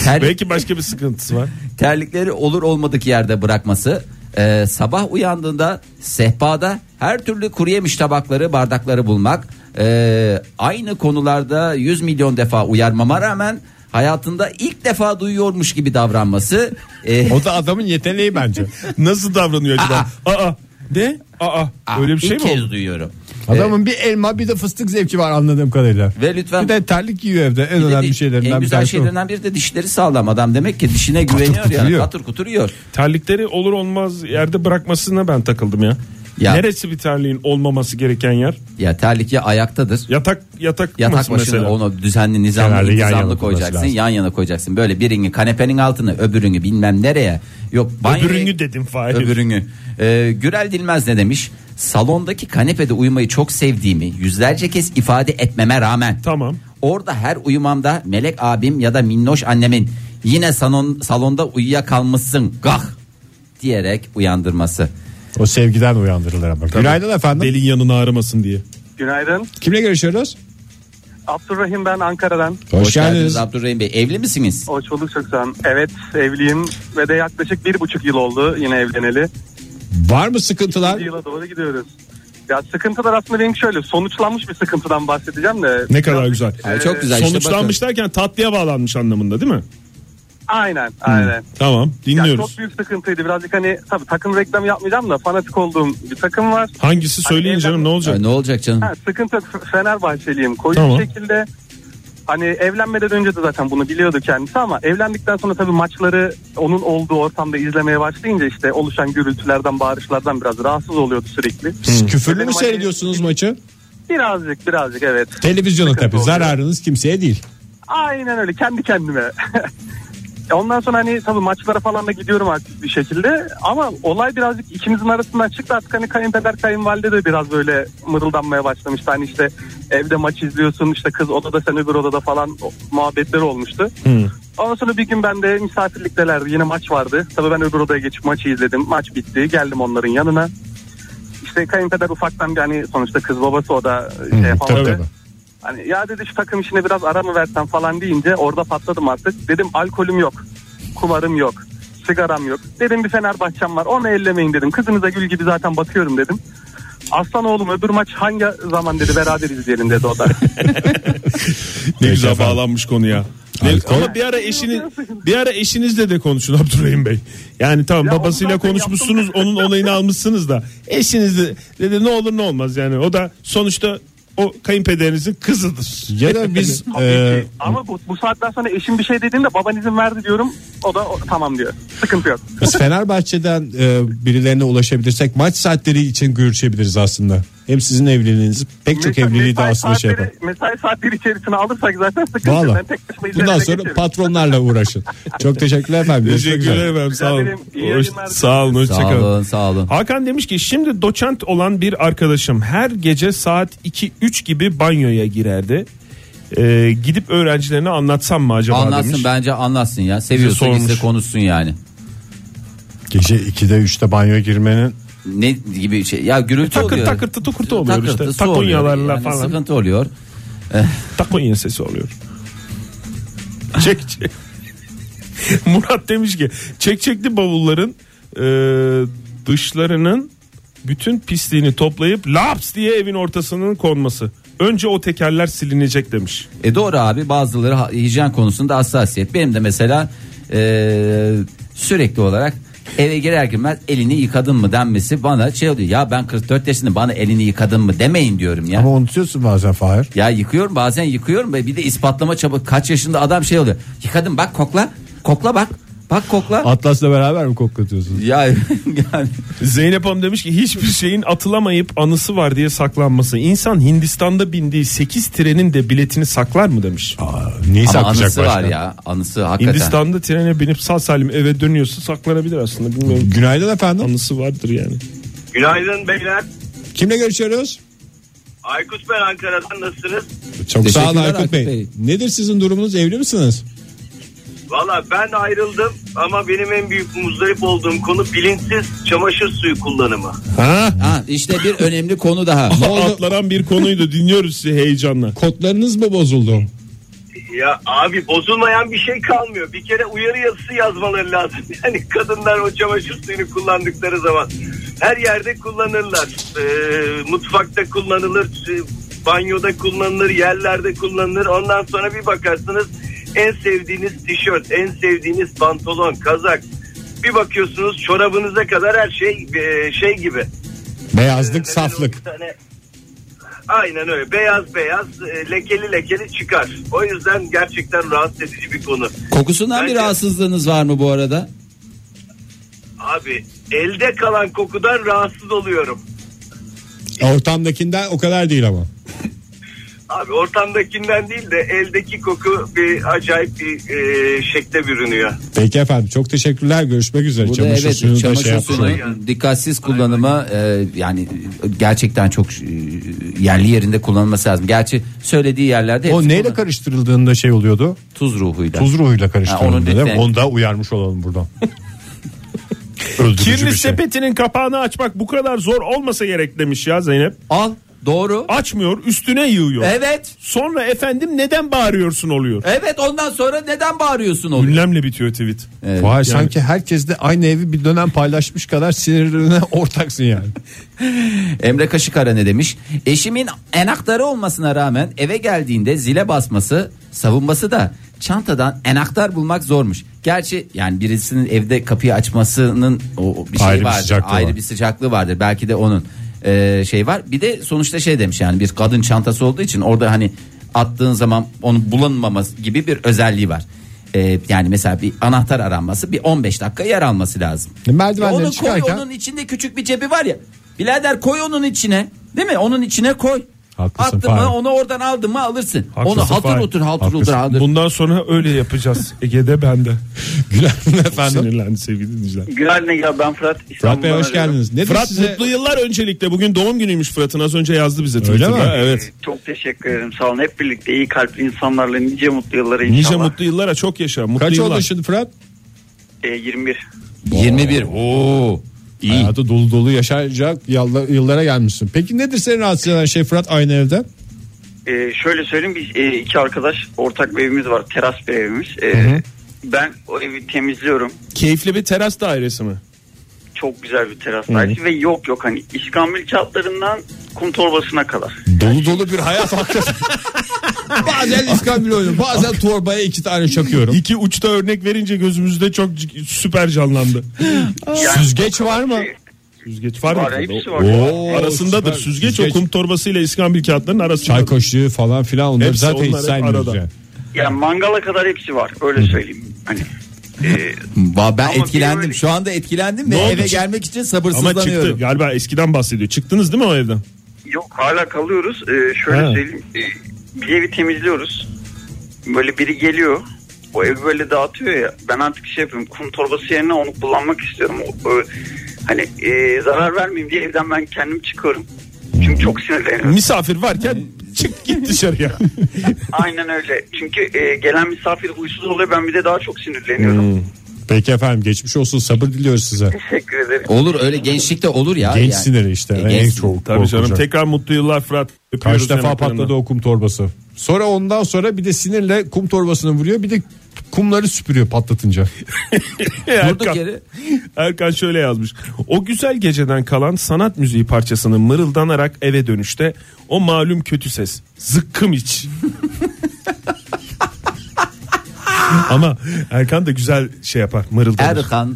ter-
Belki başka bir sıkıntısı var.
*laughs* terlikleri olur olmadık yerde bırakması, e, sabah uyandığında sehpada her türlü kuru yemiş tabakları, bardakları bulmak, e, aynı konularda 100 milyon defa uyarmama rağmen hayatında ilk defa duyuyormuş gibi davranması,
*laughs*
e,
O da adamın yeteneği bence.
Nasıl davranıyor acaba? Aa, ne? Aa,
Aa,
öyle bir şey
ilk
mi
kez
oldu?
duyuyorum.
Adamın bir elma bir de fıstık zevki var anladığım kadarıyla.
Ve lütfen
Bir de terlik giyiyor evde. En
Bir de
önemli
di-
E,
şeylerinden
en
bir
güzel
tanesi. o.
şeylerinden biri de dişleri sağlam adam demek ki dişine güveniyor
kutur
ya
yiyor.
katır kutur yiyor.
Terlikleri olur olmaz yerde bırakmasına ben takıldım ya.
Ya.
Neresi bir terliğin olmaması gereken yer?
Ya terlik ya ayaktadır.
Yatak yatak,
Yatak
masası
başına
mesela.
onu düzenli nizamlı,
Kenarda yan
intizamlı
yana koyması
koyacaksın.
lazım.
Yan yana koyacaksın. Böyle birini kanepenin altını öbürünü bilmem nereye. Yok banyoya-
Öbürünü dedim Fahir.
Öbürünü. Ee, Gürel Dilmez ne demiş? Salondaki kanepede uyumayı çok sevdiğimi yüzlerce kez ifade etmeme rağmen.
Tamam.
Orada her uyumamda Melek abim ya da Minnoş annemin yine salon, salonda uyuyakalmışsın gah diyerek uyandırması.
O sevgiden uyandırılır ama. Günaydın efendim.
Delin yanını ağrımasın diye.
Günaydın.
Kimle görüşüyoruz?
Abdurrahim ben Ankara'dan.
Hoş, geldiniz.
Abdurrahim Bey. Evli misiniz?
Hoş bulduk çok sağ olun. Evet evliyim ve de yaklaşık bir buçuk yıl oldu yine evleneli.
Var mı sıkıntılar?
Bir yıla doğru gidiyoruz. Ya sıkıntılar aslında benim şöyle sonuçlanmış bir sıkıntıdan bahsedeceğim de. Ee,
Ne kadar güzel.
Ay, çok güzel. işte
Sonuçlanmış derken tatlıya bağlanmış anlamında değil mi?
Aynen aynen.
Tamam
Ya
Hmm. dinliyoruz.
çok büyük sıkıntıydı birazcık hani tabii takım reklamı yapmayacağım da fanatik olduğum bir takım var.
Hangisi söyleyin
Hani
canım
evden-
ne
bakın.
olacak?
Ay, ne olacak canım?
Ha, sıkıntı F- Fenerbahçeliyim. Koyu
Tamam.
bir şekilde hani evlenmeden önce de zaten bunu biliyordu kendisi ama evlendikten sonra tabii maçları onun olduğu ortamda izlemeye başlayınca işte oluşan gürültülerden bağırışlardan biraz rahatsız oluyordu sürekli.
Siz küfürlü
Benim
mü
hani-
seyrediyorsunuz maçı?
Birazcık birazcık evet.
Televizyona tabii.
oluyor.
Zararınız kimseye değil.
Aynen öyle kendi kendime. *laughs* Ondan sonra hani tabii maçlara falan da gidiyorum artık bir şekilde. Ama olay birazcık ikimizin arasından çıktı artık hani kayınpeder kayınvalide de biraz böyle mırıldanmaya başlamıştı. Hani işte evde maç izliyorsun işte kız odada sen öbür odada falan o- muhabbetler olmuştu. Ondan sonra bir gün ben de misafirliktelerdi yine maç vardı. Tabii ben öbür odaya geçip maçı izledim. Maç bitti geldim onların yanına. İşte kayınpeder ufaktan bir hani sonuçta kız babası o da şey yapamadı.
tabii, tabii.
Hani ya dedi şu takım işine biraz ara mı versen falan deyince orada patladım artık. Dedim alkolüm yok, kumarım yok, sigaram yok. Dedim bir Fenerbahçem var onu ellemeyin dedim. Kızınıza gül gibi zaten bakıyorum dedim. Aslan oğlum öbür maç hangi zaman dedi beraber izleyelim dedi
*laughs*
o da.
Ne
Peki
güzel
efendim.
bağlanmış konuya. Ne- Ama bir ara eşini bir ara eşinizle de konuşun Abdurrahim Bey. Yani tamam
Ya
babasıyla
onu zaten
konuşmuşsunuz,
yaptım.
onun onayını almışsınız da eşinizle dedi ne olur ne olmaz yani. O da sonuçta o kayınpederinizin kızıdır.
Ya da
*laughs* Ee,
biz
Tabii
e,
ki. Ama bu, bu saatten sonra eşim bir şey dediğinde baban izin verdi diyorum. O da o- tamam diyor. Sıkıntı yok.
biz Fenerbahçe'den e, birilerine ulaşabilirsek maç saatleri için görüşebiliriz aslında. Hem sizin evliliğiniz pek çok
Mes-
evliliği de
mesai
aslında şey yapar.
saatleri- Mesai saatleri içerisine alırsak zaten sıkıntı yok.
Valla.
Ben tek başıma
Bundan
izlemeye
sonra
geçerim.
patronlarla uğraşın. Çok teşekkürler efendim. Görüşmek üzere.
Teşekkürler efendim sağ olun.
Rica ederim. İyi
Hoş-
yayınlar.
sağ olun
Sağ
hoşçakalın.
olun sağ olun.
Hakan demiş ki şimdi doçent olan bir arkadaşım her gece saat 2-3 gibi banyoya girerdi. Ee, gidip öğrencilerine anlatsam mı acaba
Anlatsın
demiş.
bence anlatsın ya. Seviyorsa
sormuş.
gitse konuşsun yani.
Gece 2'de 3'te banyoya girmenin
Ne gibi şey ya gürültü
E, Takır
oluyor.
takırtı tukurtu oluyor işte.
Takırtısı
Takonyalarla
oluyor. Yani
falan.
Sıkıntı oluyor. Eh.
Takonya sesi oluyor. Çek çek. *laughs* Murat demiş ki çek çekli bavulların e, dışlarının bütün pisliğini toplayıp laps diye evin ortasının konması. Önce o tekerler silinecek demiş.
E doğru abi bazıları ha- hijyen konusunda hassasiyet. Benim de mesela e, sürekli olarak eve girer girmez elini yıkadın mı denmesi bana şey oluyor. Ya ben 44 yaşındayım bana elini yıkadın mı demeyin diyorum ya.
ama unutuyorsun bazen Fahir.
Ya yıkıyorum bazen yıkıyorum ve bir de ispatlama çabuk kaç yaşında adam şey oluyor. Yıkadım bak kokla kokla bak bak kokla.
Atlas'la beraber mi koklatıyorsunuz?
ya *laughs* yani
Zeynep Hanım demiş ki hiçbir şeyin atılamayıp anısı var diye saklanması. İnsan Hindistan'da bindiği 8 trenin de biletini saklar mı demiş.
Aa, neyi
ama
saklayacak
anısı
başka?
var ya anısı Ee, hakikaten.
Hindistan'da trene binip sağ salim eve dönüyorsa saklanabilir aslında bilmiyorum.
Günaydın efendim.
Anısı vardır yani.
Günaydın beyler.
Kimle görüşüyoruz?
Aykut ben Ankara'dan nasılsınız?
Çok sağ olun
Teşekkürler
Aykut
Aykut
Bey.
Bey.
Nedir sizin durumunuz? Evli misiniz?
Valla ben ayrıldım ama benim en büyük muzdarip olduğum konu bilinçsiz çamaşır suyu kullanımı.
Ha, işte bir önemli konu daha. Ne oldu?
Atlanan bir konuydu dinliyoruz sizi heyecanla.
Kodlarınız mı bozuldu?
Ya abi bozulmayan bir şey kalmıyor. Bir kere uyarı yazısı yazmaları lazım. *laughs* Yani kadınlar o çamaşır suyunu kullandıkları zaman her yerde kullanırlar. Ee, mutfakta kullanılır, e, banyoda kullanılır, yerlerde kullanılır. Ondan sonra bir bakarsınız en sevdiğiniz tişört, en sevdiğiniz pantolon, kazak. Bir bakıyorsunuz çorabınıza kadar her şey e, şey gibi.
Beyazlık,
Neden o
saflık.
bir tane-
Aynen öyle. Beyaz beyaz e, lekeli lekeli çıkar. O yüzden gerçekten rahatsız edici bir konu.
Kokusundan bir
Bence-
rahatsızlığınız var mı bu arada?
Abi elde kalan kokudan rahatsız oluyorum.
Ortamdakinden o kadar değil ama.
Abi ortamdakinden değil de eldeki koku bir acayip bir e, şekle bürünüyor.
Peki efendim çok teşekkürler görüşmek üzere.
Burada
Çamaşır
evet
suyunu da
çamaşır
şey yapmış
suyunu
olduk.
dikkatsiz kullanımı e, yani gerçekten çok e, yerli yerinde kullanılması lazım. Gerçi söylediği yerlerde
O
hepsi
neyle
kullan-
karıştırıldığında şey oluyordu?
tuz ruhuyla.
Tuz ruhuyla
Ha, onu
karıştırıldığında değil mi?
lütfen-
Onu da uyarmış olalım
*laughs*
buradan. Öldürücü
Kirli
bir şey.
sepetinin kapağını açmak bu kadar zor olmasa gerek demiş ya Zeynep.
Al doğru.
Açmıyor üstüne yığıyor.
Evet.
Sonra efendim neden bağırıyorsun oluyor.
Evet ondan sonra neden bağırıyorsun onu?
Ünlemle bitiyor tweet.
Vay sanki herkes de aynı evi bir dönem paylaşmış kadar sinirine
*laughs*
ortaksın yani.
Emre Kaşıkara ne demiş? Eşimin enaktarı olmasına rağmen eve geldiğinde zile basması, savunması da çantadan enaktar bulmak zormuş. Gerçi yani birisinin evde kapıyı açmasının o, o bir şey
Ayrı bir
vardır.
sıcaklığı
ayrı
var.
bir sıcaklığı vardır. Belki de onun e, şey var. Bir de sonuçta şey demiş yani bir kadın çantası olduğu için orada hani attığın zaman onun bulunmaması gibi bir özelliği var. E, yani mesela bir anahtar aranması bir 15 dakika yer alması lazım.
Merdivenleri
Ya onu koy
çıkarken-
onun içinde küçük bir cebi var ya. Birader koy onun içine. Değil mi? Onun içine koy.
Haklısın,
Attın
Fahir.
mı onu oradan aldın mı alırsın. onu hatır
Fahir.
otur hatır
Haklısın.
otur hatır.
Bundan sonra öyle yapacağız. Ege'de bende.
*laughs* Gülen efendim.
Sinirlendi sevgili dinleyiciler.
Günaydın ya ben Fırat.
Fırat Bey hoş geldiniz. Nedir
Fırat
size?
mutlu yıllar öncelikle. Bugün doğum günüymüş Fırat'ın az önce yazdı bize Twitter'da.
mi?
Evet.
Çok teşekkür ederim sağ olun. Hep birlikte iyi kalpli insanlarla nice mutlu yılları inşallah.
Nice mutlu yıllara çok yaşa. Mutlu
Kaç
yıllar.
oldu şimdi Fırat?
E, 21.
21. Oo. İyi.
Hayatı dolu dolu yaşayacak yalla- yıllara gelmişsin. Peki nedir seni rahatsız eden şey Fırat aynı evde?
Ee, şöyle söyleyeyim biz e, iki arkadaş ortak bir evimiz var teras bir evimiz. Ee, ben o evi temizliyorum.
Keyifli bir teras dairesi mi?
Çok güzel bir teras dairesi ve yok yok hani iskambil çatlarından kum torbasına kadar.
Dolu dolu bir
*laughs*
hayat hakikaten. *laughs* bazen iskambil oynuyorum bazen torbaya iki tane çakıyorum.
İki uçta örnek verince gözümüzde çok c- süper canlandı.
Süzgeç var mı?
Süzgeç var mı?
şey, Var,
Fırat?
hepsi var.
Oo,
Arasındadır.
süper.
Süzgeç, o kum torbasıyla iskambil kağıtlarının arasında.
Çay kaşığı falan filan onları
Hepsi
zaten hiç
onlar hep
saymıyoruz
arada.
yani.
Yani mangala kadar hepsi var öyle söyleyeyim. Hani e,
Va- Ben
Ama bir
etkilendim.
öyle-
Şu anda etkilendim ve
Ne oldu?
eve
Çık-
gelmek için
Ama çıktı.
sabırsızlanıyorum.
Galiba eskiden bahsediyor. Çıktınız değil mi o evden?
yok hala kalıyoruz. Ee, şöyle
Ha.
söyleyeyim e, bir evi temizliyoruz. Böyle biri geliyor o evi böyle dağıtıyor ya ben artık şey yapıyorum kum torbası yerine onu kullanmak istiyorum. O- o- hani e, zarar vermeyeyim diye evden ben kendim çıkıyorum. Çünkü çok sinirleniyorum.
Misafir varken çık git *laughs* dışarıya.
Aynen öyle. Çünkü e, gelen misafir huysuz oluyor. Ben bir de daha çok sinirleniyorum.
Hmm. Peki efendim geçmiş olsun sabır diliyoruz size.
Teşekkür ederim.
Olur öyle gençlikte olur ya.
Genç
yani.
siniri işte
E,
en
genç-
çok
Tabii canım
korkulacak.
tekrar mutlu yıllar Fırat. Öpüyoruz
Kaç defa
yanaklarından.
patladı o kum torbası. Sonra ondan sonra bir de sinirle kum torbasını vuruyor bir de kumları süpürüyor patlatınca.
Durduk yere.
Erkan şöyle yazmış. O güzel geceden kalan sanat müziği parçasını mırıldanarak eve dönüşte o malum kötü ses.
*laughs*
Zıkkım iç. Ama Erkan da güzel şey yapar mırıldanır.
Erkan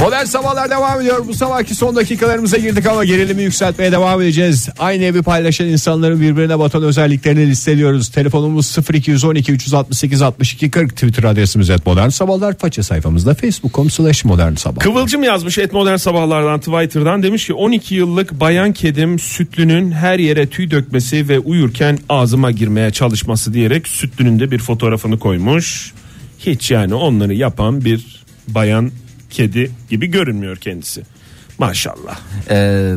Modern sabahlar devam ediyor. Bu sabahki son dakikalarımıza girdik ama gerilimi yükseltmeye devam edeceğiz. Aynı evi paylaşan insanların birbirine batan özelliklerini listeliyoruz. Telefonumuz 0212 368 62 40 Twitter adresimiz et modern sabahlar. Faça sayfamızda facebook.com slash modern sabah.
Kıvılcım yazmış et modern sabahlardan Twitter'dan demiş ki 12 yıllık bayan kedim sütlünün her yere tüy dökmesi ve uyurken ağzıma girmeye çalışması diyerek sütlünün de bir fotoğrafını koymuş. Hiç yani onları yapan bir bayan kedi gibi görünmüyor kendisi. Maşallah.
Ee,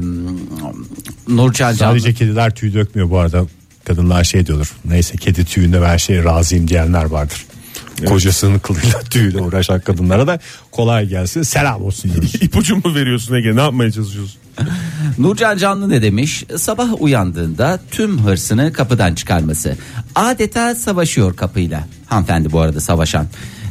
Nurcan Canlı.
Sadece kediler tüy dökmüyor bu arada. Kadınlar şey diyordur. Neyse kedi tüyünde her şeye razıyım diyenler vardır. Kocasının kılıyla *laughs* tüyüyle uğraşan kadınlara da kolay gelsin. Selam olsun diyoruz.
*laughs* İpucu mu veriyorsun Ege ne
*laughs*
yapmaya çalışıyorsun?
Nurcan Canlı ne demiş? Sabah uyandığında tüm hırsını kapıdan çıkarması. Adeta savaşıyor kapıyla. Hanımefendi bu arada savaşan.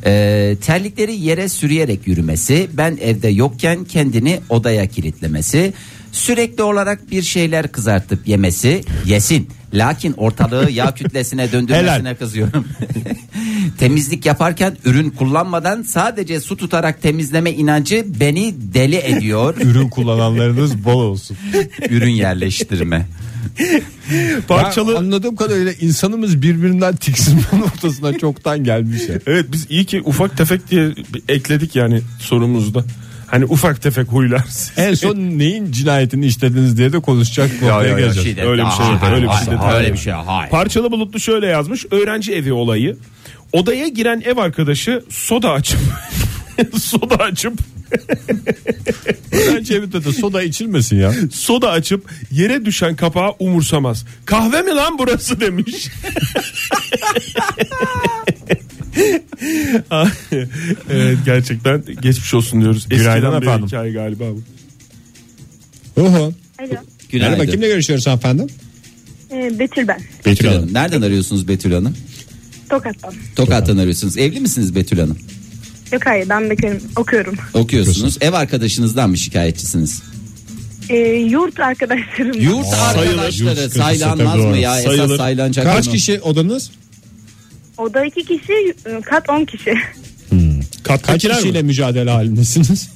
Ee, terlikleri yere sürüyerek yürümesi, ben evde yokken kendini odaya kilitlemesi, sürekli olarak bir şeyler kızartıp yemesi, yesin. Lakin ortalığı yağ
*laughs*
kütlesine döndürmesine kızıyorum. Temizlik yaparken ürün kullanmadan sadece su tutarak temizleme inancı beni deli
*laughs*
ediyor.
Ürün kullananlarınız bol olsun.
ürün yerleştirme.
Ben
Parçalı
anladığım kadarıyla insanımız birbirinden *laughs* tiksinme noktasına çoktan gelmiş ya.
Evet biz iyi ki ufak tefek diye bir ekledik yani sorumuzda. Hani ufak tefek huylar.
En son
*laughs*
neyin cinayetini işlediniz diye de konuşacak noktaya
ya,
geleceğiz.
de- Öyle bir şey yok, öyle bir şey de-
Öyle bir şey hayır.
Parçalı bulutlu şöyle yazmış. Öğrenci evi olayı. Odaya giren ev arkadaşı soda açıp *laughs* soda açıp *laughs*
Öğrenci evinde de soda içilmesin ya.
soda açıp yere düşen kapağı umursamaz. Kahve mi lan burası demiş. *laughs* Ah.
*laughs*
evet gerçekten geçmiş olsun diyoruz.
Günaydın
Eskiden
efendim.
bir hikaye galiba bu.
Oho.
Alo.
Merhaba kimle görüşüyoruz efendim?
Ee, Betül ben.
Betül
Betül Hanım. Nereden arıyorsunuz Betül Hanım?
Tokat'tan.
Tokat'tan arıyorsunuz. Evli misiniz Betül Hanım?
Yok hayır ben bekarım. Okuyorum.
Okuyorsunuz. Ev arkadaşınızdan mı şikayetçisiniz?
Ee, yurt arkadaşlarım.
Yurt
Sayılır.
arkadaşları
Yurt köşesi
saylanmaz
tabii
mı
doğru.
ya? Esas
Sayılır.
saylanacak
Kaç
konu.
kişi odanız?
Oda iki kişi, e, kat on kişi.
Kaç kişiyle mücadele halindesiniz?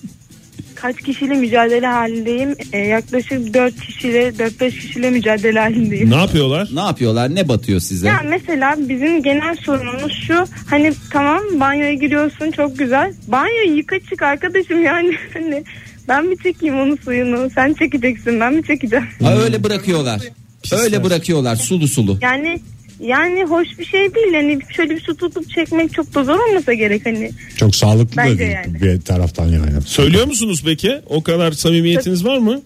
Kaç kişiyle mücadele halindeyim? Ee, yaklaşık 4 kişiyle, 4-5 kişiyle mücadele halindeyim.
Ne yapıyorlar?
Ne yapıyorlar? Ne batıyor size?
Ya mesela bizim genel sorunumuz şu. Hani tamam banyoya giriyorsun çok güzel. Banyoyu yıka çık arkadaşım yani. *laughs* Hani ben mi çekeyim onun suyunu? Sen çekeceksin ben mi çekeceğim?
Ha, öyle bırakıyorlar. Öyle bırakıyorlar sulu sulu.
Yani yani hoş bir şey değil. Hani şöyle bir su tutup çekmek çok da zor olmasa gerek hani.
*laughs* Çok sağlıklı
Bence
da değil
yani.
bir taraftan yani.
Söylüyor musunuz peki? O kadar samimiyetiniz var mı?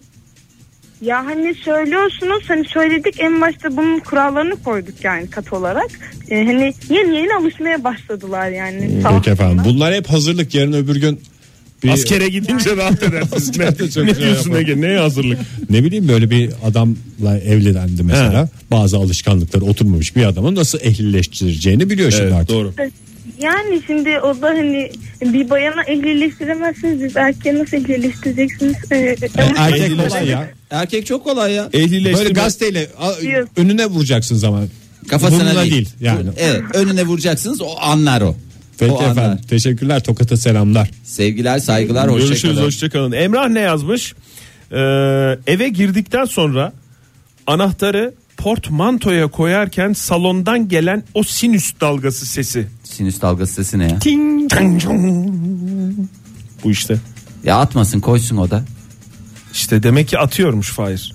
Ya hani söylüyorsunuz hani söyledik en başta bunun kurallarını koyduk yani kat olarak. Ee, hani yeni yeni alışmaya başladılar yani. Sağ
Hmm, Peki efendim. Bunlar hep hazırlık yarın öbür gün bir
*laughs*
Askere gidince
*laughs*
rahat edersiniz. ne,
Çok
ne
güzel
diyorsun
yapar.
Ege? Neye hazırlık?
ne bileyim böyle bir adamla evlendi mesela. Bazı alışkanlıkları oturmamış bir adamı nasıl ehlileştireceğini biliyor şimdi artık.
doğru.
Yani şimdi o da hani bir bayana ehlileştiremezsiniz. Biz erkeğe nasıl ehlileştireceksiniz? Ee, ama-
Erkek kolay ya.
Erkek çok kolay ya.
Ehlileştirme.
Böyle gazeteyle a,
Yok.
önüne vuracaksın zaman.
Kafasına
Bununla
değil.
değil yani.
Evet, önüne vuracaksınız o anlar o.
Peki
o
efendim.
anlar.
Teşekkürler. Tokat'a selamlar.
Sevgiler, saygılar,
Görüşürüz
hoşçakalın.
hoşçakalın. Emrah ne yazmış? Ee, eve girdikten sonra anahtarı portmantoya koyarken salondan gelen o sinüs dalgası sesi.
Sinüs dalgası sesi ne ya?
Ting, tang, cung. Bu işte.
Ya atmasın koysun o da.
İşte demek ki atıyormuş Fahir.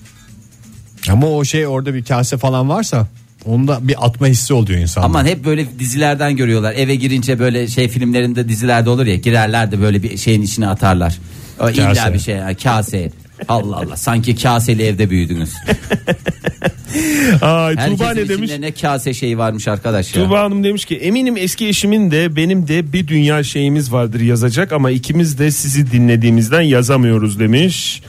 Ama o şey orada bir kase falan varsa onda bir atma hissi oluyor insan.
Aman hep böyle dizilerden görüyorlar. Eve girince böyle şey filmlerinde dizilerde olur ya girerler de böyle bir şeyin içine atarlar. O
Kase.
illa bir şey ya, kase. Allah Allah sanki kaseli evde büyüdünüz.
*laughs* Ay, Tuğba
Herkesin
ne demiş?
içinde ne kase şeyi varmış arkadaş ya.
Tuğba Hanım demiş ki eminim eski eşimin de benim de bir dünya şeyimiz vardır yazacak ama ikimiz de sizi dinlediğimizden yazamıyoruz demiş.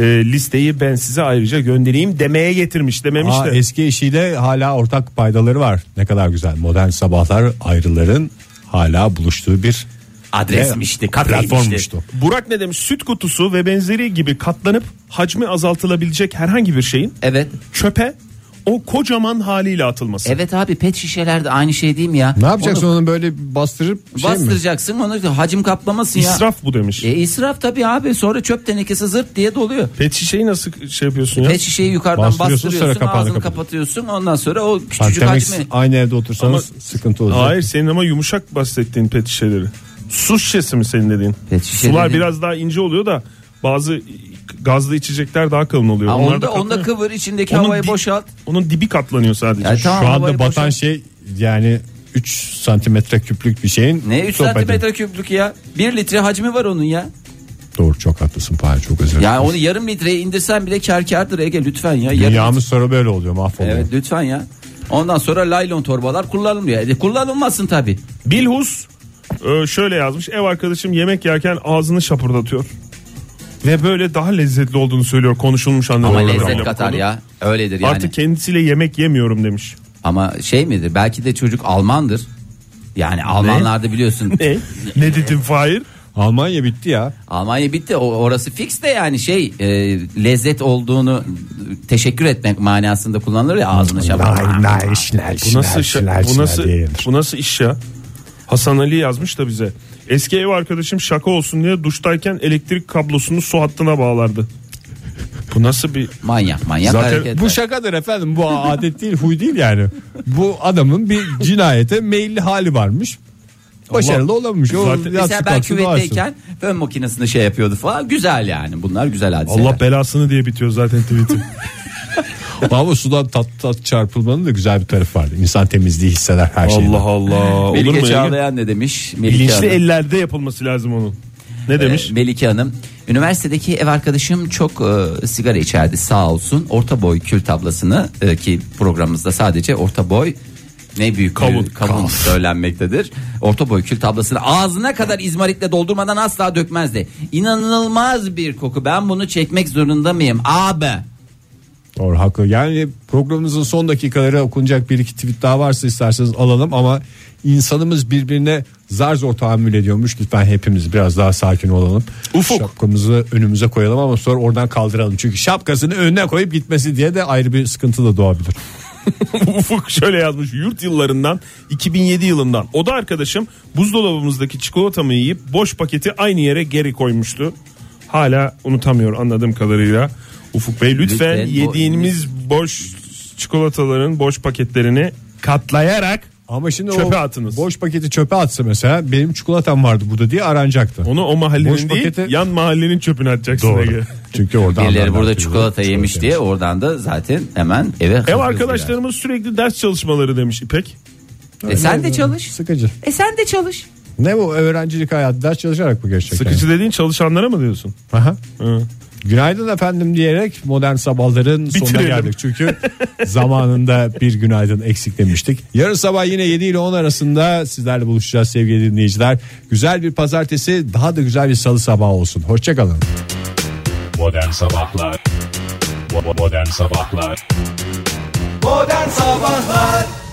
Ee, listeyi ben size ayrıca göndereyim demeye getirmiş dememiş
Aa,
de.
eski eşiyle hala ortak paydaları var. Ne kadar güzel. Modern sabahlar ayrıların hala buluştuğu bir e,
Adresmişti, kafeymişti.
platformmuştu.
Burak ne demiş? Süt kutusu ve benzeri gibi katlanıp hacmi azaltılabilecek herhangi bir şeyin
Evet.
çöpe o kocaman haliyle atılması.
Evet abi pet şişelerde aynı şey değil mi ya?
Ne yapacaksın
Onu
onu, böyle bastırıp şey mi?
bastıracaksın onu hacim kaplamasın ya.
İsraf bu demiş.
E, israf tabii abi sonra çöp tenekesi zırt diye doluyor.
Pet şişeyi nasıl şey yapıyorsun ya?
Pet şişeyi yukarıdan
Bastırıyorsun,
bastırıyorsun,
sonra kapağını
ağzını
kapatıyorsun.
kapatıyorsun ondan sonra o
Ha,
küçücük
demek
hacmi.
aynı evde otursanız sıkıntı olacak.
Hayır senin ama yumuşak bahsettiğin pet şişeleri. Su şişesi mi senin dediğin?
Pet şişe
Sular
dediğin-
biraz daha ince oluyor da bazı gazlı içecekler daha kalın oluyor.
Ha,
Onlar
onda,
da
onda
katlanıyor.
kıvır içindeki
Onun
havayı
di-
boşalt.
Onun dibi katlanıyor sadece.
Ya tamam,
Şu
havayı
anda batan
boşalt.
şey yani 3 santimetre küplük bir şeyin
Ne 3
sohbeti.
santimetre küplük ya. 1 litre hacmi var onun ya.
Doğru çok haklısın Fahir çok özür dilerim.
Ya onu yarım litreye indirsen bile kar kardır Ege lütfen ya. Yarım
Dünyamız sonra böyle oluyor mahvoluyor.
Evet lütfen ya. Ondan sonra laylon torbalar kullanılmıyor. E, kullanılmasın tabi.
Bilhus e, şöyle yazmış. Ev arkadaşım yemek yerken ağzını şapırdatıyor. Ve böyle daha lezzetli olduğunu söylüyor konuşulmuş
Ama
anlamda.
lezzet katar ya. Öyledir yani.
Artık kendisiyle yemek yemiyorum demiş.
Ama şey midir? Belki de çocuk Almandır. Yani Almanlarda
*laughs*
biliyorsun.
Ne? ne dedim Fahir?
Almanya bitti ya.
Almanya bitti. O, orası fix de yani şey e, lezzet olduğunu teşekkür etmek manasında kullanılır ya ağzını şapatmak.
Bu nasıl iş? Bu nasıl, bu nasıl iş ya? Hasan Ali yazmış da bize. Eski ev arkadaşım şaka olsun diye duştayken elektrik kablosunu su hattına bağlardı. Bu nasıl bir
Manyak manyak
Zaten
hareketler.
bu şakadır efendim. Bu adet değil, huy değil yani. Bu adamın bir cinayete meyilli hali varmış. Başarılı olamamış. O
Zaten-
yatsı
Mesela ben
kalksın varsın.
küvetteyken fön makinesini şey yapıyordu falan. Güzel yani. Bunlar güzel hadiseler.
Allah belasını diye bitiyor zaten tweet'i.
Ama sudan tat tat çarpılmanın da güzel bir tarafı var. İnsan temizliği hisseder her şeyden.
Allah Allah. Olur
Melike
mu ya?
Çağlayan ne demiş? Melike
Bilinçli
Hanım.
ellerde yapılması lazım onun. *laughs* Ne demiş?
Ee, Melike Hanım. Üniversitedeki ev arkadaşım çok e, sigara içerdi sağ olsun. Orta boy kül tablasını e, ki programımızda sadece orta boy ne büyük
Kavun.
kavun söylenmektedir. Orta boy kül tablasını ağzına kadar izmaritle doldurmadan asla dökmezdi. İnanılmaz bir koku. Ben bunu çekmek zorunda mıyım? Abi.
Doğru haklı. Yani programımızın son dakikaları okunacak bir iki tweet daha varsa isterseniz alalım ama insanımız birbirine zar zor tahammül ediyormuş. Lütfen hepimiz biraz daha sakin olalım.
Ufuk.
Şapkamızı önümüze koyalım ama sonra oradan kaldıralım. Çünkü şapkasını önüne koyup gitmesi diye de ayrı bir sıkıntı da doğabilir.
Ufuk şöyle yazmış yurt yıllarından 2007 yılından o da arkadaşım buzdolabımızdaki çikolatamı yiyip boş paketi aynı yere geri koymuştu. Hala unutamıyor anladığım kadarıyla. Ufuk Bey lütfen,
Lütfen bu-
yediğimiz boş çikolataların boş paketlerini katlayarak
Ama şimdi
Çöpe
o
atınız.
boş paketi çöpe atsa mesela benim çikolatam vardı burada diye aranacaktı.
onu o mahallenin
Boş
değil
paketi-
yan mahallenin çöpüne atacaksın. Ege.
Doğru. Çünkü orada
Birileri
adamlar
burada
geliyor.
çikolata yemiş diye oradan da zaten hemen eve
Ev
hızlı girer.
arkadaşlarımız sürekli ders çalışmaları demiş İpek.
E sen de çalış.
Sıkıcı.
E sen de çalış.
Ne bu öğrencilik hayatı ders çalışarak mı geçecek? yani?
Sıkıcı dediğin çalışanlara mı diyorsun?
Aha.
Hı.
Günaydın efendim diyerek modern sabahların sonuna
Bitirelim.
geldik.
*laughs*
Çünkü zamanında bir günaydın eksik demiştik. Yarın sabah yine 7 ile 10 arasında sizlerle buluşacağız sevgili dinleyiciler. Güzel bir pazartesi daha da güzel bir salı sabahı olsun. Hoşçakalın.
Modern Sabahlar Bo- Modern Sabahlar
Modern Sabahlar